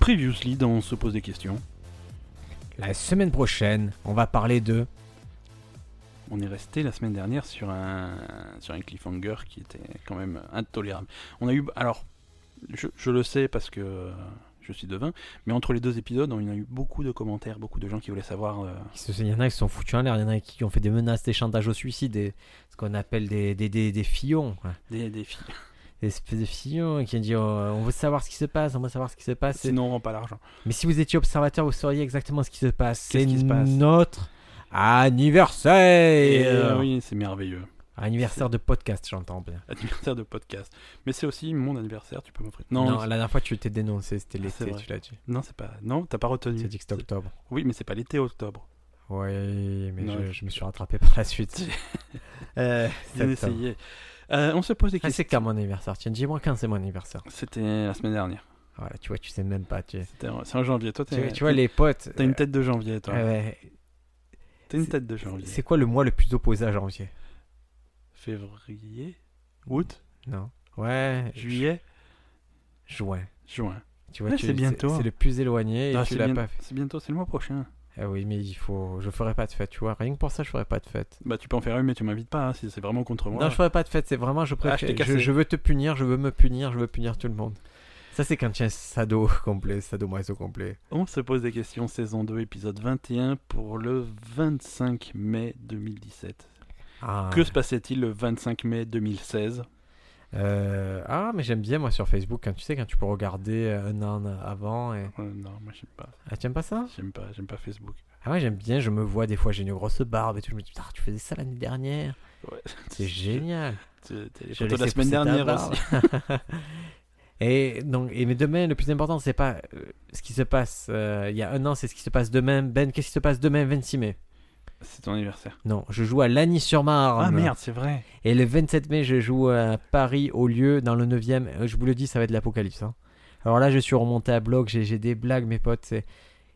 Previously dans On se pose des questions. La semaine prochaine, on va parler de. On est resté la semaine dernière sur un, sur un cliffhanger qui était quand même intolérable. On a eu. Alors, je, je le sais parce que euh, je suis devin, mais entre les deux épisodes, on a eu beaucoup de commentaires, beaucoup de gens qui voulaient savoir. euh, Il y en a qui se sont foutus en l'air, il y en a qui ont fait des menaces, des chantages au suicide, des... ce qu'on appelle des, des, des, des fillons. quoi. des, des filles. Des espèces de fillons qui ont dit oh, on veut savoir ce qui se passe, on veut savoir ce qui se passe. Sinon, on rend pas l'argent. Mais si vous étiez observateur, vous sauriez exactement ce qui se passe. C'est Qu'est-ce qui se passe notre anniversaire euh, oui, c'est merveilleux. Anniversaire de podcast, j'entends bien. Anniversaire de podcast. Mais c'est aussi mon anniversaire, tu peux m'offrir. Non, Non, la dernière fois, tu t'es dénoncé, c'était Ah, c'est l'été, vrai. tu l'as dit. non, c'est pas. Non, t'as pas retenu. Tu as dit que c'était octobre. Oui, mais c'est pas l'été, octobre. Oui, mais Non, je, je- je me suis rattrapé par la suite. euh, Bien septembre. essayé. Euh, on se pose des Ah, c'est questions. quand mon anniversaire Tiens, dis-moi quand c'est mon anniversaire. Ah, C'était la semaine dernière. Voilà, tu vois, tu sais même pas. Tu, C'était en- C'est en janvier. Toi, tu, t'es- tu vois, les potes. T'as une tête de janvier, toi. euh, ouais. T'as une tête de janvier. C'est quoi le mois le plus opposé à janvier Février, août, Non. Ouais, juillet, ju- juin. juin. Tu vois, Ouais, tu- c'est bientôt. C'est le plus éloigné et Ah, tu c'est l'as bien- pas fait. C'est bientôt, c'est le mois prochain. Ah oui, mais il faut. Je ferai pas de fête, tu vois. Rien que pour ça, je ferai pas de fête. Bah, tu peux en faire une, mais tu m'invites pas, hein, si c'est vraiment contre moi. Non, je ferai pas de fête. C'est vraiment, je Ah, je préfère. t'ai je, cassé. je veux te punir, je veux me punir, je veux punir tout le monde. Ça, c'est quand tu es un sado complet, sadomaso complet. On se pose des questions, saison 2, épisode 21, pour le 25 mai 2017. Ah. Que se passait-il le 25 mai 2016 Euh, ah, mais j'aime bien moi sur Facebook, quand tu sais, quand tu peux regarder euh, un an avant. Et... Euh, Non, moi j'aime pas. Ah, t'aimes pas ça J'aime pas, j'aime pas Facebook. Ah, ouais, j'aime bien, je me vois des fois, j'ai une grosse barbe et tout. Je me dis, putain, tu faisais ça l'année dernière. Ouais. C'est génial. C'est- t'as les Je photos de la laissais semaine pousser ta dernière barbe. aussi. et donc, et mais demain, le plus important, c'est pas euh, ce qui se passe euh, il y a un an, c'est ce qui se passe demain. Ben, qu'est-ce qui se passe demain, 26 mai C'est ton anniversaire. Non, je joue à Lagny-sur-Marne. Ah merde, c'est vrai. Et le 27 mai, je joue à Paris au lieu dans le 9e. Euh, Je vous le dis, ça va être l'apocalypse. hein. Alors là, je suis remonté à blog, j'ai j'ai des blagues, mes potes. c'est-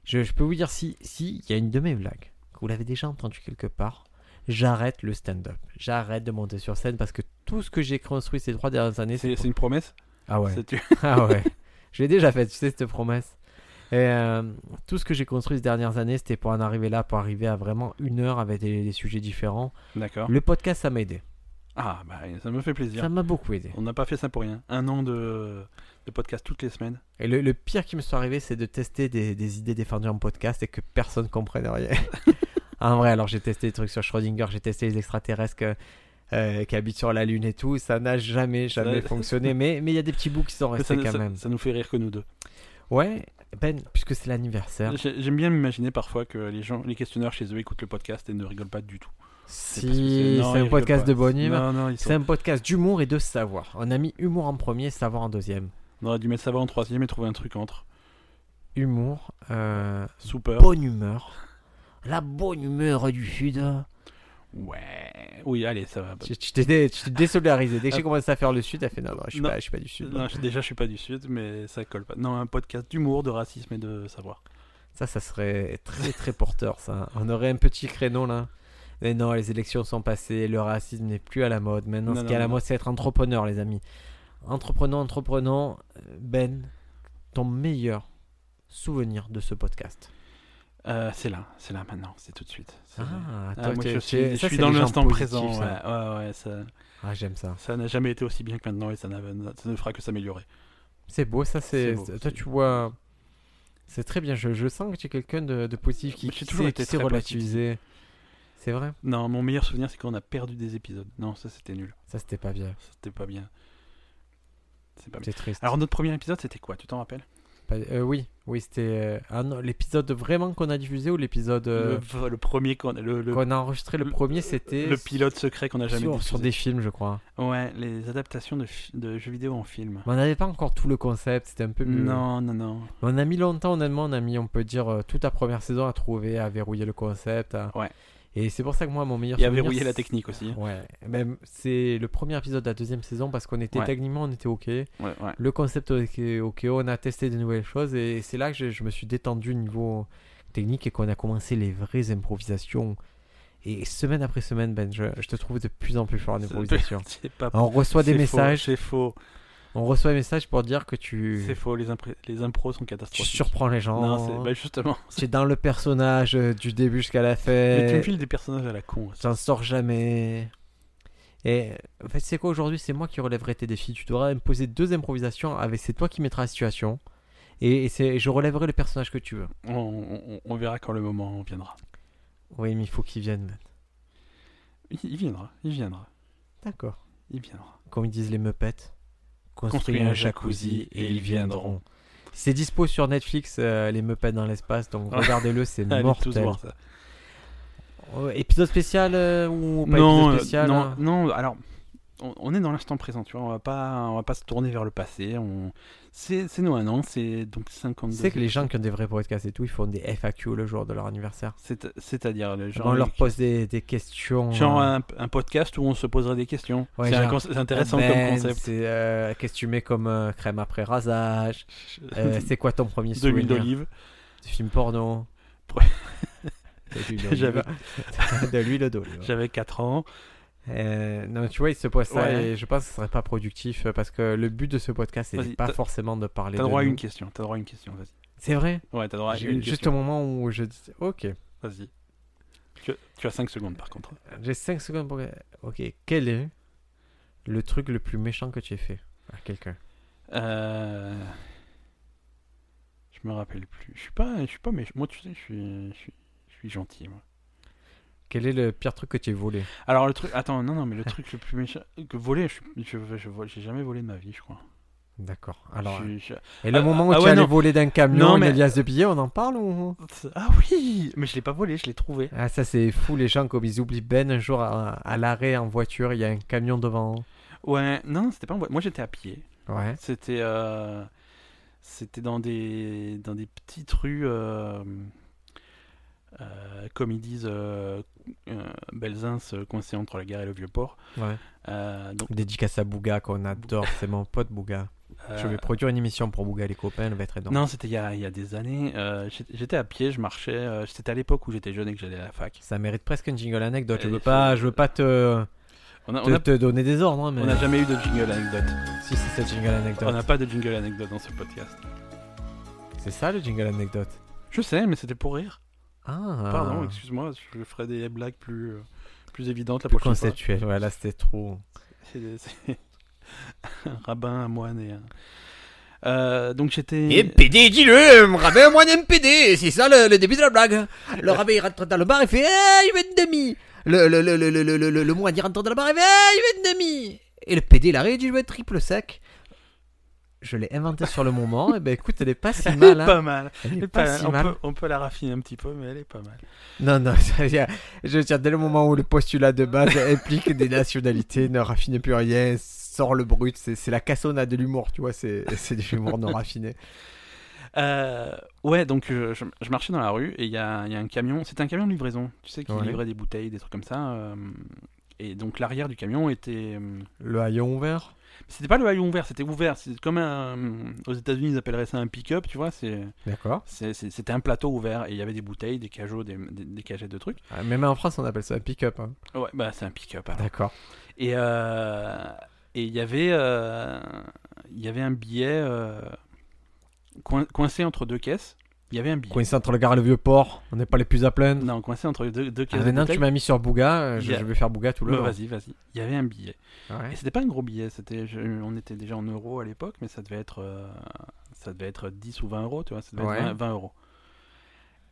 Je, je peux vous dire, si, si, il y a une de mes blagues, que vous l'avez déjà entendue quelque part, j'arrête le stand-up. J'arrête de monter sur scène parce que tout ce que j'ai construit ces trois dernières années, C'est c'est. c'est une promesse Ah ouais. C'est- tu- Ah ouais. je l'ai déjà fait, tu sais, cette promesse. Et euh, tout ce que j'ai construit ces dernières années, c'était pour en arriver là, pour arriver à vraiment une heure avec des, des sujets différents. D'accord. Le podcast, ça m'a aidé. Ah, bah ça me fait Ah. plaisir. Ça m'a beaucoup aidé. On n'a pas fait ça pour rien. Un an de, de podcast toutes les semaines. Et le, le pire qui me soit arrivé, c'est de tester des, des idées défendues en podcast et que personne comprenne rien. en vrai, alors j'ai testé des trucs sur Schrödinger, j'ai testé les extraterrestres que- euh, qui habitent sur la Lune et tout. Ça n'a jamais, jamais Ça- fonctionné. Mais mais il y a des petits bouts qui sont Mais restés ça, quand ça- même. ça nous fait rire que nous deux. Ouais, Ben, puisque c'est l'anniversaire. J'ai- J'aime bien m'imaginer parfois que les gens, les questionneurs chez eux écoutent le podcast et ne rigolent pas du tout. C'est parce que Si non, c'est ils un rigolent podcast pas. de bonne Non, humeur. non, ils sont- C'est un podcast d'humour et de savoir. On a mis humour en premier, savoir en deuxième. on aurait dû mettre ça en troisième et trouver un truc entre. Humour, euh, Super. bonne humeur. La bonne humeur du Sud. Ouais. Oui, allez, ça va. Tu tu t'es dé- tu t'es désolidarisé. Dès que j'ai commencé à faire le sud, t'as fait non, non, je suis, Ah. Non. pas, je suis pas du sud. Non, je- déjà, je suis pas du sud, mais ça colle pas. Non, un podcast d'humour, de racisme et de savoir. Ça, ça serait très très porteur, ça. On aurait un petit créneau là. Mais non, les élections sont passées, le racisme n'est plus à la mode. Maintenant, Non, ce non, qui est à la non. mode, c'est être entrepreneur, les amis. Entreprenant, entreprenant, euh, Ben, ton meilleur souvenir de ce podcast. Euh, c'est là, c'est là maintenant, c'est tout de suite. C'est- Ah, Ah, toi, moi, t'es- je t'es- suis, je ça, suis c'est dans les gens l'instant positifs, présent. ça. ouais, ouais, ouais, ça Ah, j'aime ça. ça n'a jamais été aussi bien que maintenant et ça, n'a- ça ne fera que s'améliorer. C'est beau, ça, C'est c'est. beau, Toi, c'est- tu vois. C'est très bien. Je, je sens que tu es quelqu'un de, de positif qui, Mais j'ai qui toujours sait- été qui sait très positif. relativiser. C'est vrai Non, mon meilleur souvenir, c'est qu'on a perdu des épisodes. Non, ça, c'était nul. Ça, c'était pas bien. C'était pas bien. C'est pas bien. C'est triste. Bah, Alors, notre premier épisode, c'était quoi Tu t'en rappelles Pas- euh, oui, oui, c'était euh, ah non, l'épisode vraiment qu'on a diffusé ou l'épisode euh, le, le premier qu'on le, le, qu'on a enregistré le, le- premier, c'était le pilote secret qu'on a jamais sur, sur diffusé. des films, je crois. Ouais, les adaptations de, fi- de jeux vidéo en film. Mais on n'avait pas encore tout le concept, c'était un peu mieux. Non, non, non. On a mis longtemps, honnêtement, on a mis, on peut dire, euh, toute la première saison à trouver, à verrouiller le concept. à- Ouais. Et c'est pour ça que moi, mon meilleur. Et à souvenir, verrouiller la c'est- technique aussi. Ouais, même c'est le premier épisode de la deuxième saison parce qu'on était Ouais. techniquement on était ok. Ouais, ouais. Le concept était ok, on a testé de nouvelles choses et c'est là que je, je me suis détendu niveau technique et qu'on a commencé les vraies improvisations. Et semaine après semaine, Ben, je, je te trouve de plus en plus fort en C'est- improvisation. C'est pas On reçoit des c'est faux, messages, C'est faux. On reçoit un message pour dire que tu, C'est faux, les, impré- les impros sont tu catastrophiques. surprends les gens. Non, c'est bah, justement. Tu es dans le personnage euh, du début jusqu'à la fin. Mais tu me files des personnages à la con. T'en sors jamais. Et en fait, c'est quoi aujourd'hui C'est moi qui relèverai tes défis. Tu devras me poser deux improvisations avec c'est toi qui mettras la situation. Et, et c'est je relèverai le personnage que tu veux. On, on- on verra quand le moment viendra. Oui, mais il faut qu'il vienne. Il, il viendra, il viendra, D'accord. il viendra. Comme ils disent les meupettes, Construis un jacuzzi et ils viendront. C'est dispo sur Netflix, euh, les meupettes dans l'espace. Donc Ah. regardez-le, c'est Allez tous mortel. voir ça. Euh, épisode spécial euh, ou pas non, épisode euh, spécial non, hein non, alors on, on est dans l'instant présent, tu vois, on va pas on va pas se tourner vers le passé, on c'est c'est nous un an, c'est donc 52. Tu sais que les gens qui ont des vrais podcasts et tout, ils font des FAQ le jour de leur anniversaire. C'est- c'est-à-dire le genre on leur pose des, des questions. genre euh, un, un podcast où on se poserait des questions. Ouais, c'est un genre, conce- c'est intéressant Ah ben, comme concept. C'est euh, qu'est-ce que tu mets comme euh, crème après rasage Euh, C'est quoi ton premier de souvenir l'huile d'olive. Du film porno. Pro- De l'huile d'olive. J'avais- de l'huile d'olive. J'avais 4 ans. Euh, non, tu vois, il se pose ça Ouais. et je pense que ce serait pas productif euh, parce que le but de ce podcast, c'est Vas-y, pas t'as- forcément de parler. T'as de droit à nous. une question, t'as droit à une question, vas-y. C'est vrai. Ouais, t'as droit à J'ai une eu juste question. au moment où je dis OK. Vas-y. Tu, as- tu as 5 secondes par contre. J'ai 5 secondes pour. OK. Quel est le truc le plus méchant que tu aies fait à quelqu'un Euh... Je me rappelle plus. Je suis pas, je suis pas méchant. Moi, tu sais, je suis, je suis, je suis gentil. Moi. Quel est le pire truc que tu aies volé Alors le truc, attends, non, non, mais le truc le plus méchant que voler, je, je, je vole- j'ai jamais volé de ma vie, je crois. D'accord. Alors, euh, Je- je- Et le Ah, moment où ah tu ouais, allais non. voler d'un camion Non, une mais- alias de billets, on en parle ou ah oui, mais je l'ai pas volé, je l'ai trouvé. Ah ça c'est fou les gens comme ils oublient Ben un jour à, à l'arrêt en voiture, il y a un camion devant. Ouais, non, c'était pas. en boîte. Moi, j'étais à pied. Ouais. C'était, euh, c'était dans des, dans des petites rues, euh, euh, comme ils disent, euh, euh, Belzins, euh, coincé entre la gare et le vieux port. Ouais. Euh, donc, Dédicace à Bouga qu'on adore, c'est mon pote Bouga. Je euh, vais produire une émission pour Bouga les copains, elle va être énorme. Non, c'était il, y a- il y a des années. euh, j'étais- j'étais à pied, je marchais. euh, c'était à l'époque où j'étais jeune et que j'allais à la fac. Ça mérite presque une jingle anecdote. Je Et veux c'est- pas, je veux pas te, On n'a te, te donner des ordres, hein, mais jamais eu de jingle anecdote. si c'est cette jingle On anecdote. n'a pas de jingle anecdote dans ce podcast. C'est ça le jingle anecdote. Je sais, mais c'était pour rire. Ah. Pardon, excuse-moi, je ferai des blagues plus, euh, plus évidentes la Plus prochaine fois. conceptuel. Ouais, là c'était trop. C'est- c'est- un rabbin, un moine et un. Euh, donc j'étais. MPD, dis-le, me rabais moins MPD, c'est ça le, le début de la blague. Le rabais il rentre dans le bar et fait hey, je veux une demi. Le, le, le, le, le, le, le, le, le moine il rentre dans le bar et fait hey, je veux une demi. Et le PD il arrive, il dit je veux être triple sec. Je l'ai inventé sur le moment, et ben écoute, elle est pas si Elle est mal. hein. pas mal. Elle elle est est pas pas si mal. mal. On, peut, on peut la raffiner un petit peu, mais elle est pas mal. Non, non, ça, y a- je veux dire, dès le moment où le postulat de base implique des nationalités, ne raffine plus rien, sort le brut, c'est c'est la cassonade de l'humour, tu vois, c'est c'est de l'humour non raffiné. Euh, ouais, donc euh, je, je marchais dans la rue et il y a, il y a un camion. C'était un camion de livraison, tu sais, qui Ouais. livrait des bouteilles, des trucs comme ça. euh, et donc l'arrière du camion était. euh, Le haillon ouvert C'était pas le haillon ouvert, c'était ouvert. C'est comme un. euh, Aux États-Unis, ils appelleraient ça un pick-up, tu vois. c'est D'accord. c'est- c'est- C'était un plateau ouvert et il y avait des bouteilles, des cajots, des, des- des cagettes de trucs. Ah, Même en France, on appelle ça un pick-up. hein. Ouais, bah c'est un pick-up alors. D'accord. Et euh, et il y avait euh, il y avait un billet euh, coin- coincé entre deux caisses. Il y avait un billet. Coincé entre le gare et le vieux port, on n'est pas les plus à plaindre. Non, coincé entre deux, deux Ah, caisses. de maintenant que bouteilles. tu m'as mis sur Bouga, euh, je, Yeah. je vais faire Bouga tout le Bah, long. vas-y, vas-y. Il y avait un billet. Ouais. Et c'était pas un gros billet, c'était, je- on était déjà en euros à l'époque, mais ça devait être, euh, ça devait être 10 ou 20 euros, tu vois, ça devait Ouais. être 20, 20 euros.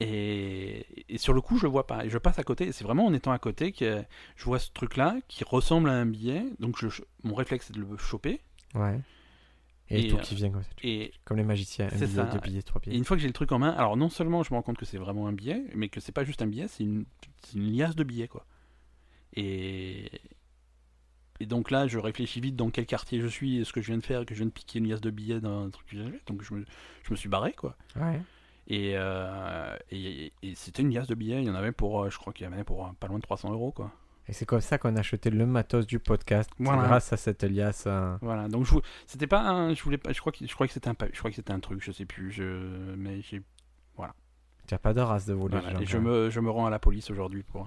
Et, et sur le coup, je le vois pas. Et je passe à côté. Et c'est vraiment en étant à côté que je vois ce truc-là qui ressemble à un billet. Donc je- mon réflexe, c'est de le choper. Ouais. Et, Et, tout euh, qui vient comme ça. Et, Comme les magiciens, un c'est billet, ça. deux billets, trois et billets. une fois que j'ai le truc en main, alors non seulement je me rends compte que c'est vraiment un billet, mais que c'est pas juste un billet, c'est une, c'est une liasse de billets, quoi. Et, et donc là, je réfléchis vite dans quel quartier je suis, et ce que je viens de faire, que je viens de piquer une liasse de billets d'un truc que j'avais. Donc je me, je me suis barré, quoi. Ouais. Et, euh, et, et c'était une liasse de billets, il y en avait pour, euh, je crois qu'il y en avait pour euh, pas loin de 300 euros, quoi. Et c'est comme ça qu'on a acheté le matos du podcast. Voilà. Grâce à cette liasse. hein. Voilà, donc je vou- c'était pas un, je voulais pas, je crois que, je crois que c'était un, pa- je crois que c'était un truc, je sais plus, je, mais j'ai Tu n'as pas de race de voler. Voilà, les gens, et je hein. me, je me rends à la police aujourd'hui pour, euh,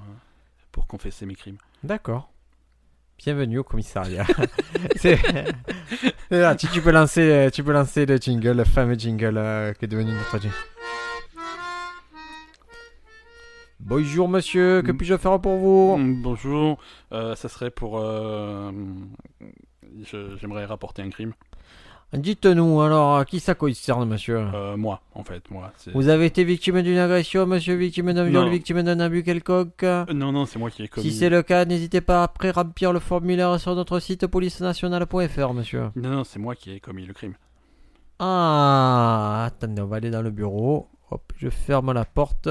pour confesser mes crimes. D'accord. Bienvenue au commissariat. C'est- C'est là, tu, tu peux lancer, euh, tu peux lancer le jingle, le fameux jingle euh, qui est devenu notre jingle. Bonjour monsieur, que Mm. puis-je faire pour vous Mm, Bonjour, Euh, ça serait pour. euh, je- J'aimerais rapporter un crime. Mm. Dites-nous alors, euh, qui ça concerne monsieur Euh, moi, en fait, moi. c'est- Vous avez été victime d'une agression, monsieur, victime d'un viol, Non. victime d'un abus quelconque Euh, Non, non, c'est moi qui ai commis. Si c'est le cas, n'hésitez pas à pré-remplir le formulaire sur notre site policenationale.fr, monsieur. Non, non, c'est moi qui ai commis le crime. Ah, attendez, on va aller dans le bureau. Hop, je ferme la porte.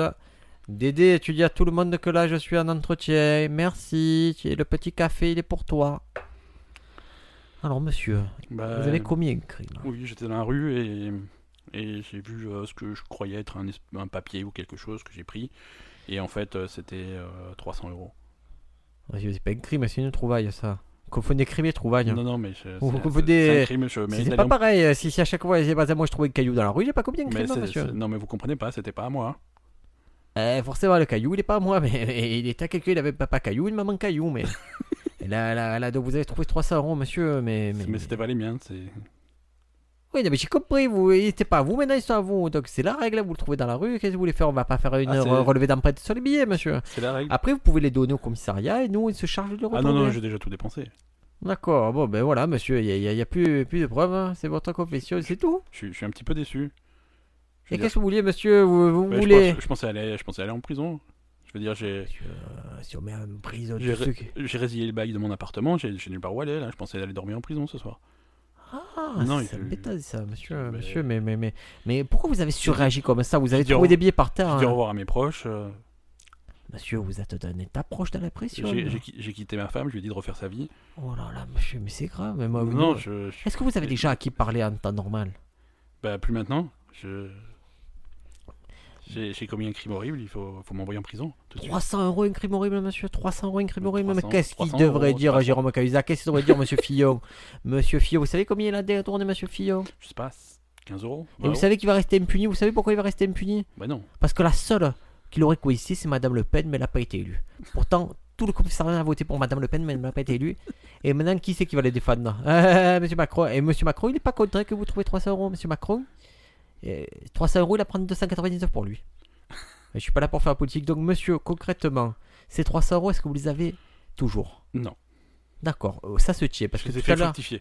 Dédé, tu dis à tout le monde que là, je suis en entretien. Merci, tu- le petit café, il est pour toi. Alors, monsieur, Bah, vous avez commis un crime. Oui, j'étais dans la rue et, et j'ai vu euh, ce que je croyais être un, es- un papier ou quelque chose que j'ai pris. Et en fait, euh, c'était euh, 300 euros. Monsieur, c'est pas un crime, c'est une trouvaille, ça. Confondez crime et trouvaille. Non, non, mais je- Vous- c'est vous c'est- des- c'est un crime, je mérite C'est d'aller pas en- pareil, euh, si, si à chaque fois, eh ben, moi je trouvais un caillou dans la rue, j'ai pas commis un Mais crime, hein, c'est- monsieur. c'est- non, mais vous comprenez pas, c'était pas à moi. hein. Euh, forcément, le caillou, il est pas à moi, mais mais il était à quelqu'un, il avait un papa caillou, une maman caillou, mais. là, là, là, donc vous avez trouvé 300 euros, monsieur, mais. mais- Mais c'était pas les miens. c'est- Oui, non, mais j'ai compris, vous, il était pas à vous, maintenant ils sont à vous. Donc c'est la règle, vous le trouvez dans la rue, qu'est-ce que vous voulez faire On va pas faire une Ah, c'est- re- relevée d'empreinte sur les billets, monsieur. C'est la règle. Après, vous pouvez les donner au commissariat et nous, ils se chargent de les Ah retourner. non, non, j'ai déjà tout dépensé. D'accord, bon, ben voilà, monsieur, il y a, il y a- il y a plus, plus de preuves, hein, c'est votre confession, c'est tout. Je suis- je suis un petit peu déçu. Je veux Et dire, qu'est-ce que vous voulez, monsieur Vous, vous bah, je voulez. pense- Je pensais aller je pensais aller en prison. Je veux dire, j'ai. Monsieur, euh, si on met en prison J'ai tous ceux ré- qui- j'ai résilié le bail de mon appartement, j'ai j'ai nulle part où aller là, je pensais aller dormir en prison ce soir. Ah, Non, non, il c'est faut- embêtant ça, monsieur, Mais- monsieur, mais, mais, mais, mais pourquoi vous avez surréagi comme ça Vous avez Je dis au- trouvé des billets par terre, J'ai dit au hein. revoir à mes proches, euh, monsieur, vous êtes d'un état proche de la pression. j'ai j'ai qui- j'ai quitté ma femme, je lui ai dit de refaire sa vie. Oh là là, monsieur, mais c'est grave, mais moi, vous- non, je, je- Est-ce que vous avez déjà à qui parler en temps normal bah, plus maintenant, je... J'ai j'ai commis un crime horrible, il faut, faut m'envoyer en prison tout de suite. 300 euros un crime horrible, monsieur 300 euros un crime horrible, mais 300, qu'est-ce qu'il 300 devrait euros, dire 300. Jérôme Cahuzac Qu'est-ce qu'il devrait dire, monsieur Fillon Monsieur Fillon, vous savez combien il a détourné, monsieur Fillon Je sais pas, 15 euros Et vous vingt savez qu'il va rester impuni Vous savez pourquoi il va rester impuni euros Bah non, Parce que la seule qui l'aurait coïncidé, c'est Madame Le Pen, mais elle n'a pas été élue. Pourtant, tout le commissariat a voté pour Madame Le Pen, mais elle n'a pas été élue. Et maintenant, qui c'est qui va les défendre Euh, Monsieur Macron. Et Monsieur Macron, il n'est pas content que vous trouvez 300 euros, Monsieur Macron. Et 300 euros, il va prendre 299 pour lui. Mais Je suis pas là pour faire la politique. Donc, monsieur, concrètement, ces 300 euros, est-ce que vous les avez toujours non, D'accord, Euh, ça se tient. Parce parce que que tout c'est à fait l'heure, fructifier.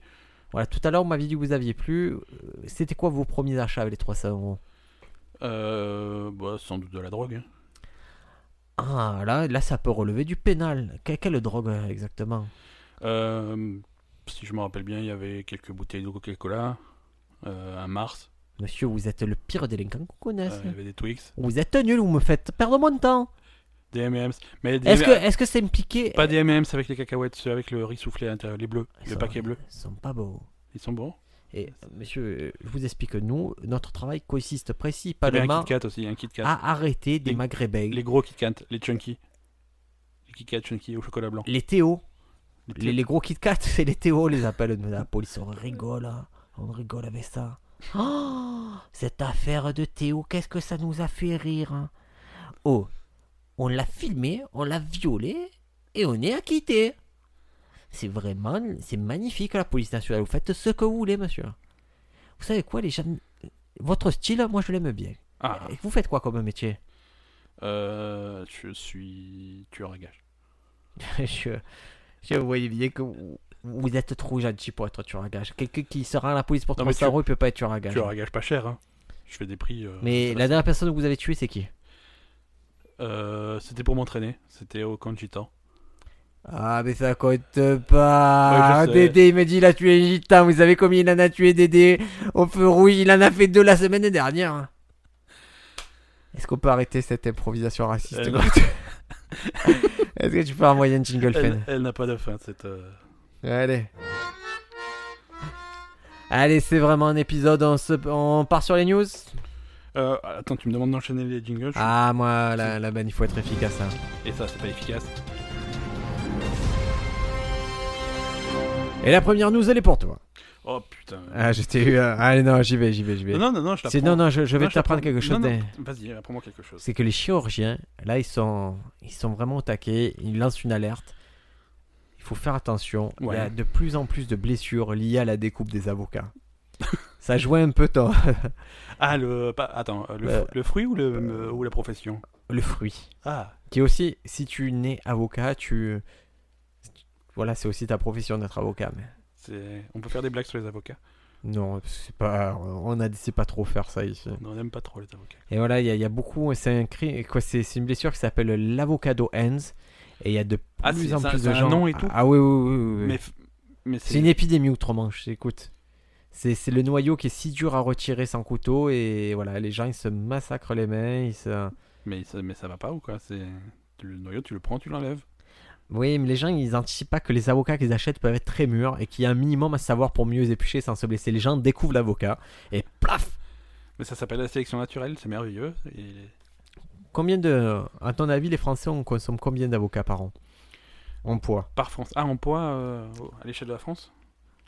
voilà, tout à l'heure, on m'avait dit que vous aviez plus. Euh, C'était quoi vos premiers achats avec les 300 euros Euh, bah, sans doute de la drogue. hein. Ah, là, là, ça peut relever du pénal. Que- quelle drogue euh, exactement Euh, si je me rappelle bien, il y avait quelques bouteilles de Coca-Cola, euh, un Mars, Monsieur, vous êtes le pire délinquant qu'on connaisse. euh, il y avait des Twix, Vous êtes nul, vous me faites perdre mon temps. des M&M's. Mais des Est-ce que M&M's est-ce que c'est impliqué Pas des M&M's avec les cacahuètes, ceux avec le riz soufflé à l'intérieur, les bleus, Ils le sont- paquet bleu. Ils sont pas beaux. Ils sont bons. Et Ouais, euh, monsieur, euh, je vous explique, nous, notre travail consiste Il y avait un principalement Kit Kat aussi, un Kit Kat. à arrêter des Les- maghrébins, Les les, gros Kit Kat, les chunky. Les Kit Kat chunky au chocolat blanc. théos, Les petits- les, les gros Kit Kat, c'est les théos, les appelle nous, la police. On rigole, hein. on rigole avec ça. Oh, cette affaire de Théo, qu'est-ce que ça nous a fait rire. hein. Oh, on l'a filmé, on l'a violé et on est acquitté. C'est vraiment, c'est magnifique la police nationale. Vous faites ce que vous voulez, monsieur. Vous savez quoi, les gens, votre style, moi je l'aime bien. Ah, Et Vous faites quoi comme métier euh, je suis tueur à gages. je, je voyais bien que vous, vous êtes trop gentil pour être tueur à gage. Quelqu'un qui se rend à la police pour Non, mais 300 tu- euros, il peut pas être tueur à gage. Tueur à gages pas cher, hein. Je fais des prix. euh, Mais ça la dernière personne que vous avez tuée, c'est qui va. Euh, C'était pour m'entraîner. C'était au camp de gitan. Ah, mais ça compte pas. Ouais, je sais. Dédé, il m'a dit il a tué un gitan. Vous savez combien il en a tué, Dédé Au feu rouge, il en a fait deux la semaine dernière. Est-ce qu'on peut arrêter cette improvisation raciste Euh, non. Grotte Est-ce que tu peux envoyer un jingle fan Elle, elle n'a pas de fin, cette. euh, Allez. Allez, c'est vraiment un épisode. On, se- on part sur les news euh, attends, tu me demandes d'enchaîner les jingles. je- Ah, moi, la, la banne, il faut être efficace. hein. Et ça, c'est pas efficace. Et la première news, elle est pour toi. Oh putain. Ah, j'étais eu. euh, Allez, non, j'y vais, j'y vais, j'y vais. non, non, non, je C'est- t'apprends. non, non, je, je vais Non, je t'apprendre t'apprends- quelque non, chose. non. mais- Vas-y, apprends-moi quelque chose. C'est que les chirurgiens, là, ils sont, ils sont vraiment au taquet. Ils lancent une alerte. il faut faire attention. Il y a Ouais. de plus en plus de blessures liées à la découpe des avocats. Ça jouait un peu tôt. Ah, le. pas- attends, euh, le, Euh, fru- le fruit ou, le, euh, ou la profession Le fruit. Ah, Qui est aussi, si tu nais avocat, tu. Voilà, c'est aussi ta profession d'être avocat. Mais... c'est- on peut faire des blagues sur les avocats. Non, c'est pas. On a c'est pas trop faire ça ici. Non, on n'aime pas trop les avocats. Et voilà, il y, a- il y a beaucoup. C'est un cri- quoi, c'est c'est une blessure qui s'appelle l'avocado hands. Et il y a de plus Ah, c'est- en ça- plus ça de a un gens. nom et tout Ah oui, oui, oui. oui. Mais, f- mais C'est une épidémie autrement, je- écoute. C'est c'est le noyau qui est si dur à retirer sans couteau et voilà, les gens ils se massacrent les mains, ils se... Mais ça, mais ça va pas ou quoi C'est tu- le noyau, tu le prends, tu l'enlèves. Oui, mais les gens ils anticipent pas que les avocats qu'ils achètent peuvent être très mûrs et qu'il y a un minimum à savoir pour mieux les éplucher sans se blesser. Les gens découvrent l'avocat et plaf Mais ça s'appelle la sélection naturelle, c'est merveilleux. Et Combien de... À ton avis, les Français, on consomme combien d'avocats par an En poids. par France, ah en poids euh, à l'échelle de la France,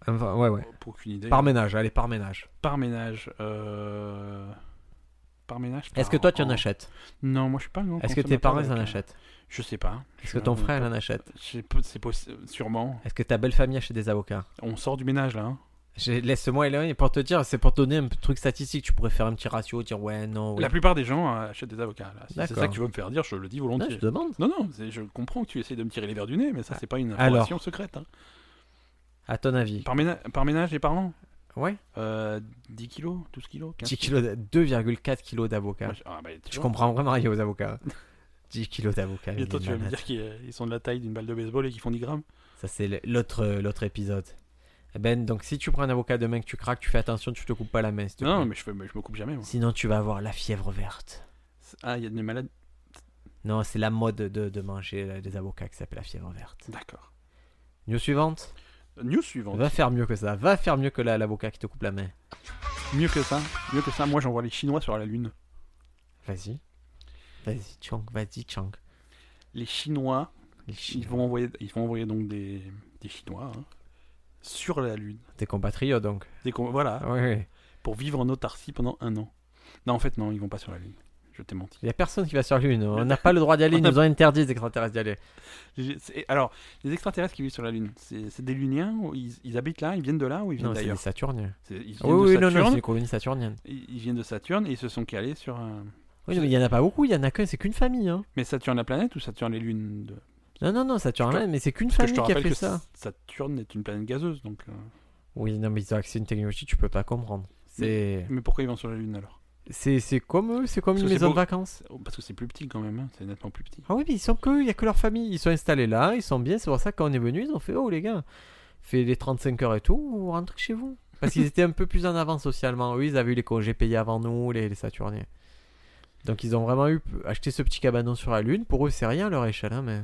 Oh, Enfin, ouais, ouais. pour aucune idée. Par ménage, allez, par ménage. Par ménage, euh, par ménage. Est-ce que par toi tu en an. achètes Non, moi je suis pas. un grand Est-ce que tes consommateur parents ils en d'avocats. achètent Je sais pas. Est-ce que ton frère il en achète C'est po- c'est possi- sûrement. Est-ce que ta belle famille achète des avocats On sort du ménage là. hein. J'ai- Laisse-moi éloigner pour te dire, c'est pour te donner un p- truc statistique. Tu pourrais faire un petit ratio, dire ouais, non, oui. La plupart des gens euh, achètent des avocats. là. Si c'est D'accord. ça que tu veux me faire dire, je le dis Non, volontiers. je te demande. Non, non, c'est- je comprends que tu essayes de me tirer les verres du nez, mais ça, c'est pas une Alors. information secrète. hein. À ton avis Par, ménage, par ménage et par an Ouais. Euh, 10 kilos 12 kilos 15 10 kilos, de- 2,4 kilos d'avocats. Moi, je- ah, bah, tu je vois. comprends vraiment rien aux avocats. 10 kilos d'avocats. il Bientôt, est tu vas me malade. dire qu'ils euh, ils sont de la taille d'une balle de baseball et qu'ils font 10 grammes. Ça, c'est le- l'autre euh, l'autre épisode. Eh Ben, donc si tu prends un avocat demain que tu craques, tu fais attention, tu te coupes pas la main. s'il te Non, plaît. mais je, fais- mais je me coupe jamais. moi. Sinon, tu vas avoir la fièvre verte. C'est- Ah, il y a des malades Non, c'est la mode de, de manger euh, des avocats qui s'appelle la fièvre verte. D'accord. News suivante News suivante. Va faire mieux que ça. Va faire mieux que la- l'avocat qui te coupe la main. Mieux que ça, mieux que ça, moi j'envoie les Chinois sur la Lune. Vas-y. Vas-y, Chang, vas-y, Chang. Les Chinois, Les ils Chinois. vont envoyer, ils vont envoyer donc des, des Chinois hein, sur la Lune. Tes compatriotes, donc. Ah Des con- voilà, Oui, oui. pour vivre en autarcie pendant un an. Non, en fait, non, ils vont pas sur la Lune. Je t'ai menti. Il n'y a personne qui va sur la Lune. On n'a pas le droit d'y aller. Ils nous ont interdit, les extraterrestres, d'y aller. J'ai- c'est- Alors, les extraterrestres qui vivent sur la Lune, c'est c'est des Luniens ou ils, ils habitent là, ils viennent de là ou ils viennent Non, c'est des d'ailleurs Saturniens. C'est- Ils viennent Oui, oui, de non, non, Saturne, c'est des colonies saturniennes. ils ils viennent de Saturne et ils se sont calés sur un... Oui, non, mais il n'y en a pas beaucoup. Il n'y en a qu'un. C'est qu'une famille. Hein. Mais Saturne la planète ou Saturne les lunes de... Non, non, non, Saturne, mais c'est qu'une Parce que famille je te qui a rappelle fait que ça. S- Saturne est une planète gazeuse, donc... euh, Oui, non, mais ils ont accès à une technologie, tu peux pas comprendre. C'est Mais pourquoi ils vont sur la Lune alors c'est c'est comme eux, c'est comme Parce une que c'est maison de beau. vacances. Oh, Parce que c'est plus petit quand même, hein, c'est nettement plus petit. Ah oui, mais ils sont que, il y a que leur famille. Ils sont installés là, ils sont bien. C'est pour ça que quand on est venu, ils ont fait Oh les gars, fait les 35 heures et tout, vous rentrez chez vous. Parce qu'ils étaient un peu plus en avant socialement. Eux, ils avaient eu les congés payés avant nous, les, les Saturniens. Donc ils ont vraiment eu acheté ce petit cabanon sur la Lune. Pour eux, c'est rien à leur échelle, hein, mais.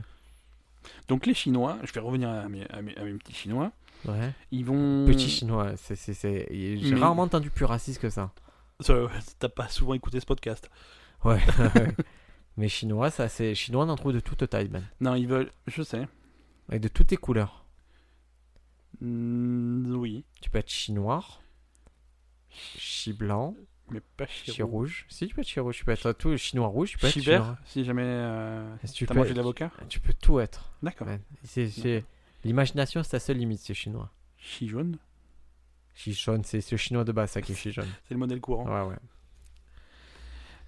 Donc les Chinois, je vais revenir à mes, à mes- à mes petits Chinois, Ouais. ils vont... Petit chinois, c'est, c'est, c'est- j'ai Mais- rarement entendu plus raciste que ça. Ça- T'as pas souvent écouté ce podcast. Ouais. mais chinois, ça, c'est chinois, on en trouve de toute taille, man. Non, ils veulent... Je sais. Et de toutes les couleurs. Mm, oui, Tu peux être chi noir, chi blanc, mais pas chi Chiro. rouge. Si tu peux être chi rouge, tu peux être tout chinois rouge, tu peux être chi Chiber, noir. si jamais euh, Si tu t'as peux- mangé de l'avocat Tu peux tout être. D'accord. man. C'est, c'est- L'imagination, c'est ta seule limite, c'est chinois. Chi jaune, Chi jaune, c'est ce chinois de base, ça qui est chi jaune. c'est le modèle courant. Ouais, ouais.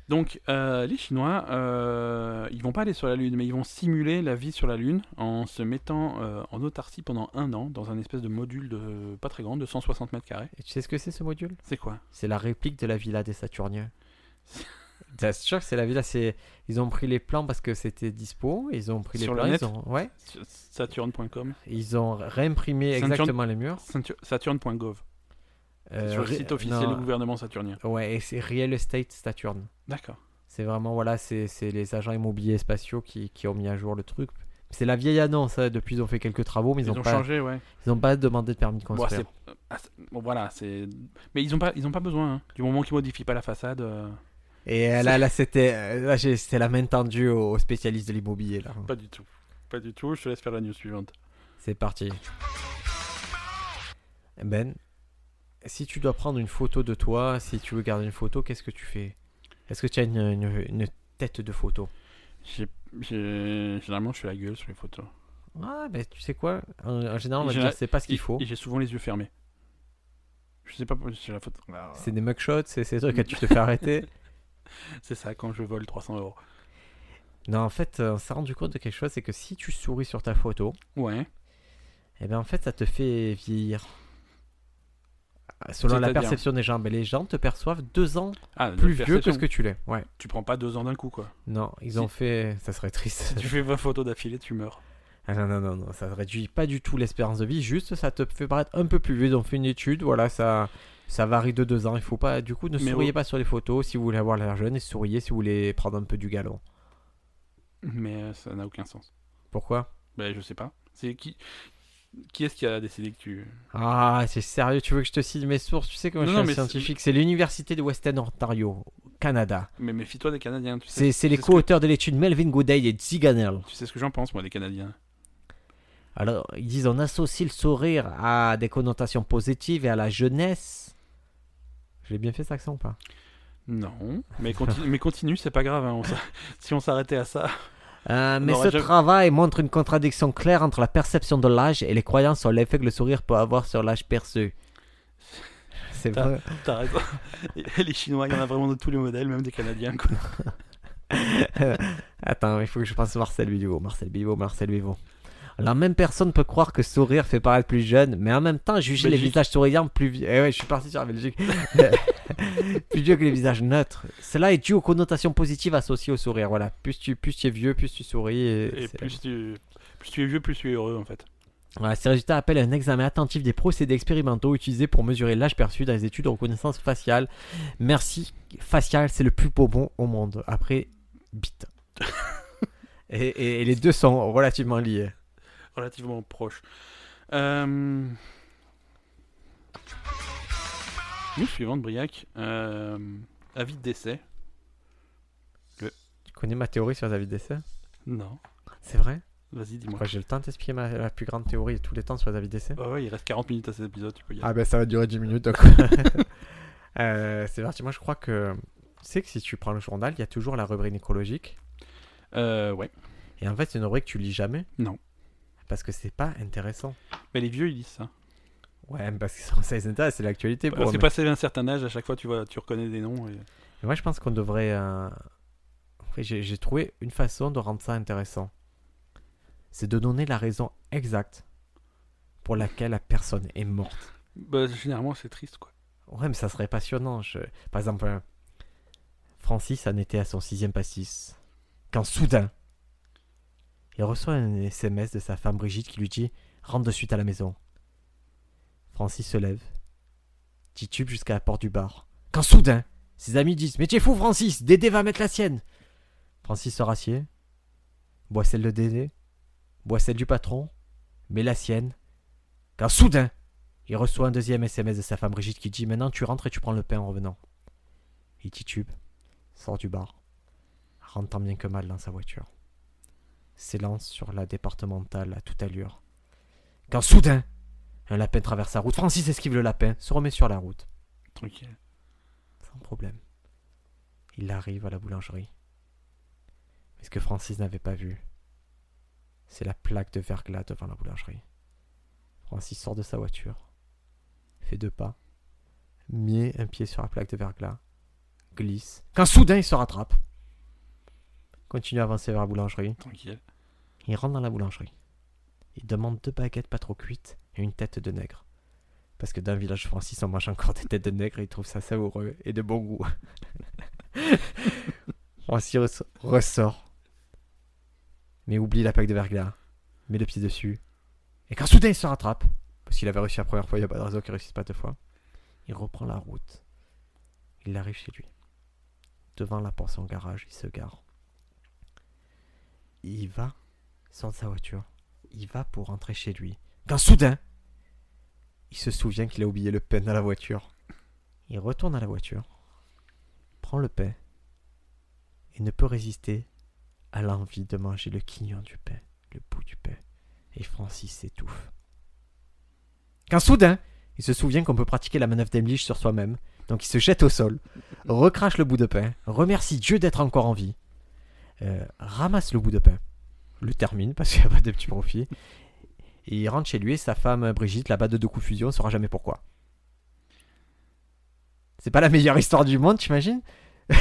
Donc, euh, les Chinois, euh, ils vont pas aller sur la Lune, mais ils vont simuler la vie sur la Lune en se mettant euh, en autarcie pendant un an dans un espèce de module de pas très grand, de 160 mètres carrés. Et tu sais ce que c'est ce module C'est quoi C'est la réplique de la villa des Saturniens. T'es sûr que c'est la villa c'est... Ils ont pris les plans parce que c'était dispo. Ils ont pris les Sur le plans. net Ils ont... Ouais. Saturne.com Ils ont réimprimé Saturne- exactement les murs. Saturne- Saturne.gov. Euh, C'est sur le ré- site officiel non, du gouvernement saturnien. Ouais, et c'est Real Estate Saturn. D'accord. C'est vraiment, voilà, c'est c'est les agents immobiliers spatiaux qui, qui ont mis à jour le truc. C'est la vieille annonce, hein, depuis ils ont fait quelques travaux, mais ils Ils, n'ont ont pas, changé, ouais. ils ont pas demandé de permis de Bon, construire. c'est- ah, c'est- bon, voilà, c'est. Mais ils ont pas, ils ont pas besoin. hein. Du moment qu'ils modifient pas la façade. euh, et euh, là, là c'était euh, là, j'ai- c'était la main tendue aux spécialistes de l'immobilier. là. Pas du tout. Pas du tout. Je te laisse faire la news suivante. C'est parti. Ben, si tu dois prendre une photo de toi, si tu veux garder une photo, qu'est-ce que tu fais Est-ce que tu as une, une- une tête de photo J'ai- j'ai- Généralement, je fais la gueule sur les photos. Ah, mais tu sais quoi en, en général, on va J'ai- dire c'est pas ce qu'il faut. Et j'ai souvent les yeux fermés. Je sais pas pourquoi c'est la faute. C'est des mugshots, c'est ces trucs que tu te fais arrêter. C'est ça quand je vole 300 euros. Non, en fait, euh, on s'est rendu compte de quelque chose, c'est que si tu souris sur ta photo, Ouais. eh ben en fait, ça te fait vieillir. Ah, Selon la C'est-à-dire perception des gens, mais les gens te perçoivent deux ans Ah, de plus vieux que perception. ce que tu l'es. Ouais. Tu prends pas deux ans d'un coup, quoi. Non, ils Si. ont fait. Ça serait triste. tu fais 20 photos d'affilée, tu meurs. Ah non, non, non, non, ça réduit pas du tout l'espérance de vie, juste ça te fait paraître un peu plus vieux. Ils ont fait une étude, voilà, ça, ça varie de deux ans. Il faut pas, du coup, ne Mais souriez au- pas sur les photos si vous voulez avoir l'air jeune et souriez si vous voulez prendre un peu du galon. Mais euh, ça n'a aucun sens. Pourquoi Ben, je sais pas. C'est qui. Qui est-ce qui a décidé que tu. Ah, c'est sérieux, tu veux que je te cite mes sources Tu sais comment Non, je non, suis un mais c'est- scientifique, c'est l'université de Western Ontario, au Canada. Mais méfie-toi des Canadiens. Tu sais, C'est c'est les ce que- co-auteurs de l'étude Melvin Goodale et Ziganel. Tu sais ce que j'en pense, moi, des Canadiens. Alors, ils disent on associe le sourire à des connotations positives et à la jeunesse. J'ai bien fait cet accent ou pas Non. Mais continue, mais continue c'est pas grave. hein, on s'ar- si on s'arrêtait à ça. Euh, mais On ce aurait jamais- travail montre une contradiction claire entre la perception de l'âge et les croyances sur l'effet que le sourire peut avoir sur l'âge perçu. C'est T'as- vrai. T'as raison. les Chinois, il y en a vraiment de tous les modèles, même des Canadiens, quoi. Attends, il faut que je pense Marcel Bilbao, Marcel Bilbao, Marcel Bilbao. La même personne peut croire que sourire fait paraître plus jeune, mais en même temps juger les Belgique. visages souriants plus vieux. Eh ouais, je suis parti sur la Belgique. plus vieux que les visages neutres. Cela est dû aux connotations positives associées au sourire. Voilà, plus tu, plus tu es vieux, plus tu souris. Et Et c'est- plus tu, plus tu es vieux, plus tu es heureux, en fait. Voilà, ces résultats appellent à un examen attentif des procédés expérimentaux utilisés pour mesurer l'âge perçu dans les études de reconnaissance faciale. Merci, facial, c'est le plus beau mot au monde. Après, bite. et, et- et les deux sont relativement liés. Relativement proche. Euh... News suivante, Briac. Euh... Avis de décès. Tu connais ma théorie sur les avis de décès Non. C'est vrai Vas-y, dis-moi. Moi, j'ai le temps d'expliquer ma la plus grande théorie de tous les temps sur les avis de décès. Ah ouais, il reste 40 minutes à cet épisode, tu peux y aller. Ah ben ça va durer 10 minutes. donc. Euh, c'est parti, moi je crois que... Tu sais que si tu prends le journal, il y a toujours la rubrique écologique. Euh, ouais. Et en fait, c'est une rubrique que tu lis jamais. Non. Parce que c'est pas intéressant. Mais les vieux, ils disent ça. Ouais, mais parce que ça, ça les intéresse, c'est l'actualité pour Parce que eux. passé un certain âge, à chaque fois, tu, vois, tu reconnais des noms. et- Mais Moi, je pense qu'on devrait. euh, en fait, J'ai j'ai trouvé une façon de rendre ça intéressant. C'est de donner la raison exacte pour laquelle la personne est morte. Bah, généralement, c'est triste, quoi. Ouais, mais ça serait passionnant. je- Par exemple, euh, Francis en était à son sixième pastis. Quand soudain, il reçoit un SMS de sa femme Brigitte qui lui dit Rentre de suite à la maison. Francis se lève, titube jusqu'à la porte du bar. Quand soudain, ses amis disent Mais t'es fou, Francis Dédé va mettre la sienne Francis se rassied, boit celle de Dédé, boit celle du patron, met la sienne. Quand soudain, il reçoit un deuxième SMS de sa femme Brigitte qui dit Maintenant tu rentres et tu prends le pain en revenant. Il titube, sort du bar, rentre tant bien que mal dans sa voiture, s'élance sur la départementale à toute allure. Quand soudain, un lapin traverse sa route. Francis esquive le lapin, se remet sur la route, Tranquille. sans problème. Il arrive à la boulangerie. Mais ce que Francis n'avait pas vu, c'est la plaque de verglas devant la boulangerie. Francis sort de sa voiture, fait deux pas, met un pied sur la plaque de verglas, glisse, quand soudain il se rattrape. Continue à avancer vers la boulangerie. Tranquille. Il rentre dans la boulangerie. Il demande deux baguettes pas trop cuites et une tête de nègre. Parce que dans le village Francis, on mange encore des têtes de nègre et il trouve ça savoureux et de bon goût. Francis res- ressort. Mais oublie la plaque de verglas. Met le pied dessus. Et quand soudain il se rattrape, parce qu'il avait réussi la première fois, il n'y a pas de raison qu'il réussisse pas deux fois, il reprend la route. Il arrive chez lui. Devant la porte de son garage, il se gare. Il va sort de sa voiture. Il va pour rentrer chez lui. Quand soudain, il se souvient qu'il a oublié le pain dans la voiture. Il retourne à la voiture, prend le pain et ne peut résister à l'envie de manger le quignon du pain, le bout du pain. Et Francis s'étouffe. Quand soudain, il se souvient qu'on peut pratiquer la manœuvre d'Emlich sur soi-même, donc il se jette au sol, recrache le bout de pain, remercie Dieu d'être encore en vie, euh, ramasse le bout de pain, le termine parce qu'il n'y a pas de petit profit. Et il rentre chez lui et sa femme Brigitte la bat de deux coups de fusil, on ne saura jamais pourquoi. C'est pas la meilleure histoire du monde, t'imagines